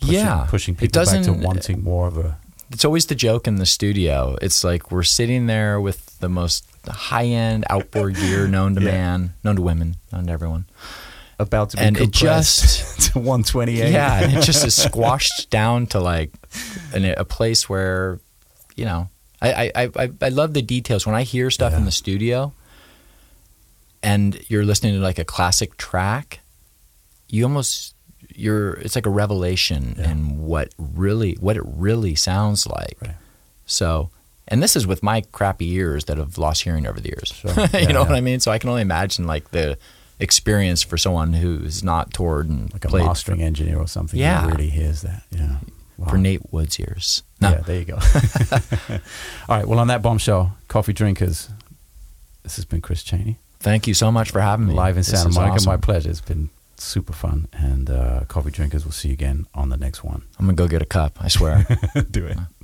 [SPEAKER 1] pushing,
[SPEAKER 2] Yeah.
[SPEAKER 1] pushing
[SPEAKER 2] It
[SPEAKER 1] people back to
[SPEAKER 2] doesn't-
[SPEAKER 1] wanting more of a
[SPEAKER 2] it's always the joke in the studio. It's like we're sitting there with the most high end outdoor gear known to
[SPEAKER 1] Yeah.
[SPEAKER 2] man, known to women, known to everyone.
[SPEAKER 1] about to be
[SPEAKER 2] And it
[SPEAKER 1] compressed [LAUGHS] to one twenty eight.
[SPEAKER 2] Yeah, and it just
[SPEAKER 1] [LAUGHS]
[SPEAKER 2] is squashed down to like an, a place where, you know, I, I, I, I love the details. When I hear stuff in
[SPEAKER 1] Yeah.
[SPEAKER 2] the studio and you're listening to like a classic track, you almost you're it's like a revelation
[SPEAKER 1] Yeah.
[SPEAKER 2] in what really what it really sounds like.
[SPEAKER 1] Right.
[SPEAKER 2] So and this is with my crappy ears that have lost hearing over the years.
[SPEAKER 1] Sure.
[SPEAKER 2] [LAUGHS] you
[SPEAKER 1] Yeah,
[SPEAKER 2] know what
[SPEAKER 1] yeah.
[SPEAKER 2] I mean? So I can only imagine like the experience for someone who's not toured and
[SPEAKER 1] like a
[SPEAKER 2] played
[SPEAKER 1] mastering engineer or something. who
[SPEAKER 2] Yeah.
[SPEAKER 1] really hears that. Yeah, Wow.
[SPEAKER 2] for Nate Wood's ears. No.
[SPEAKER 1] Yeah, there you go. [LAUGHS] All right. Well, on that bombshell, coffee drinkers. This has been Chris Cheney
[SPEAKER 2] Thank you so much for having me.
[SPEAKER 1] live in
[SPEAKER 2] This
[SPEAKER 1] Santa
[SPEAKER 2] is
[SPEAKER 1] Monica. My
[SPEAKER 2] awesome.
[SPEAKER 1] pleasure. It's been super fun, and uh, coffee drinkers. We'll see you again on the next one.
[SPEAKER 2] I'm gonna go get a cup. I swear.
[SPEAKER 1] [LAUGHS] Do it.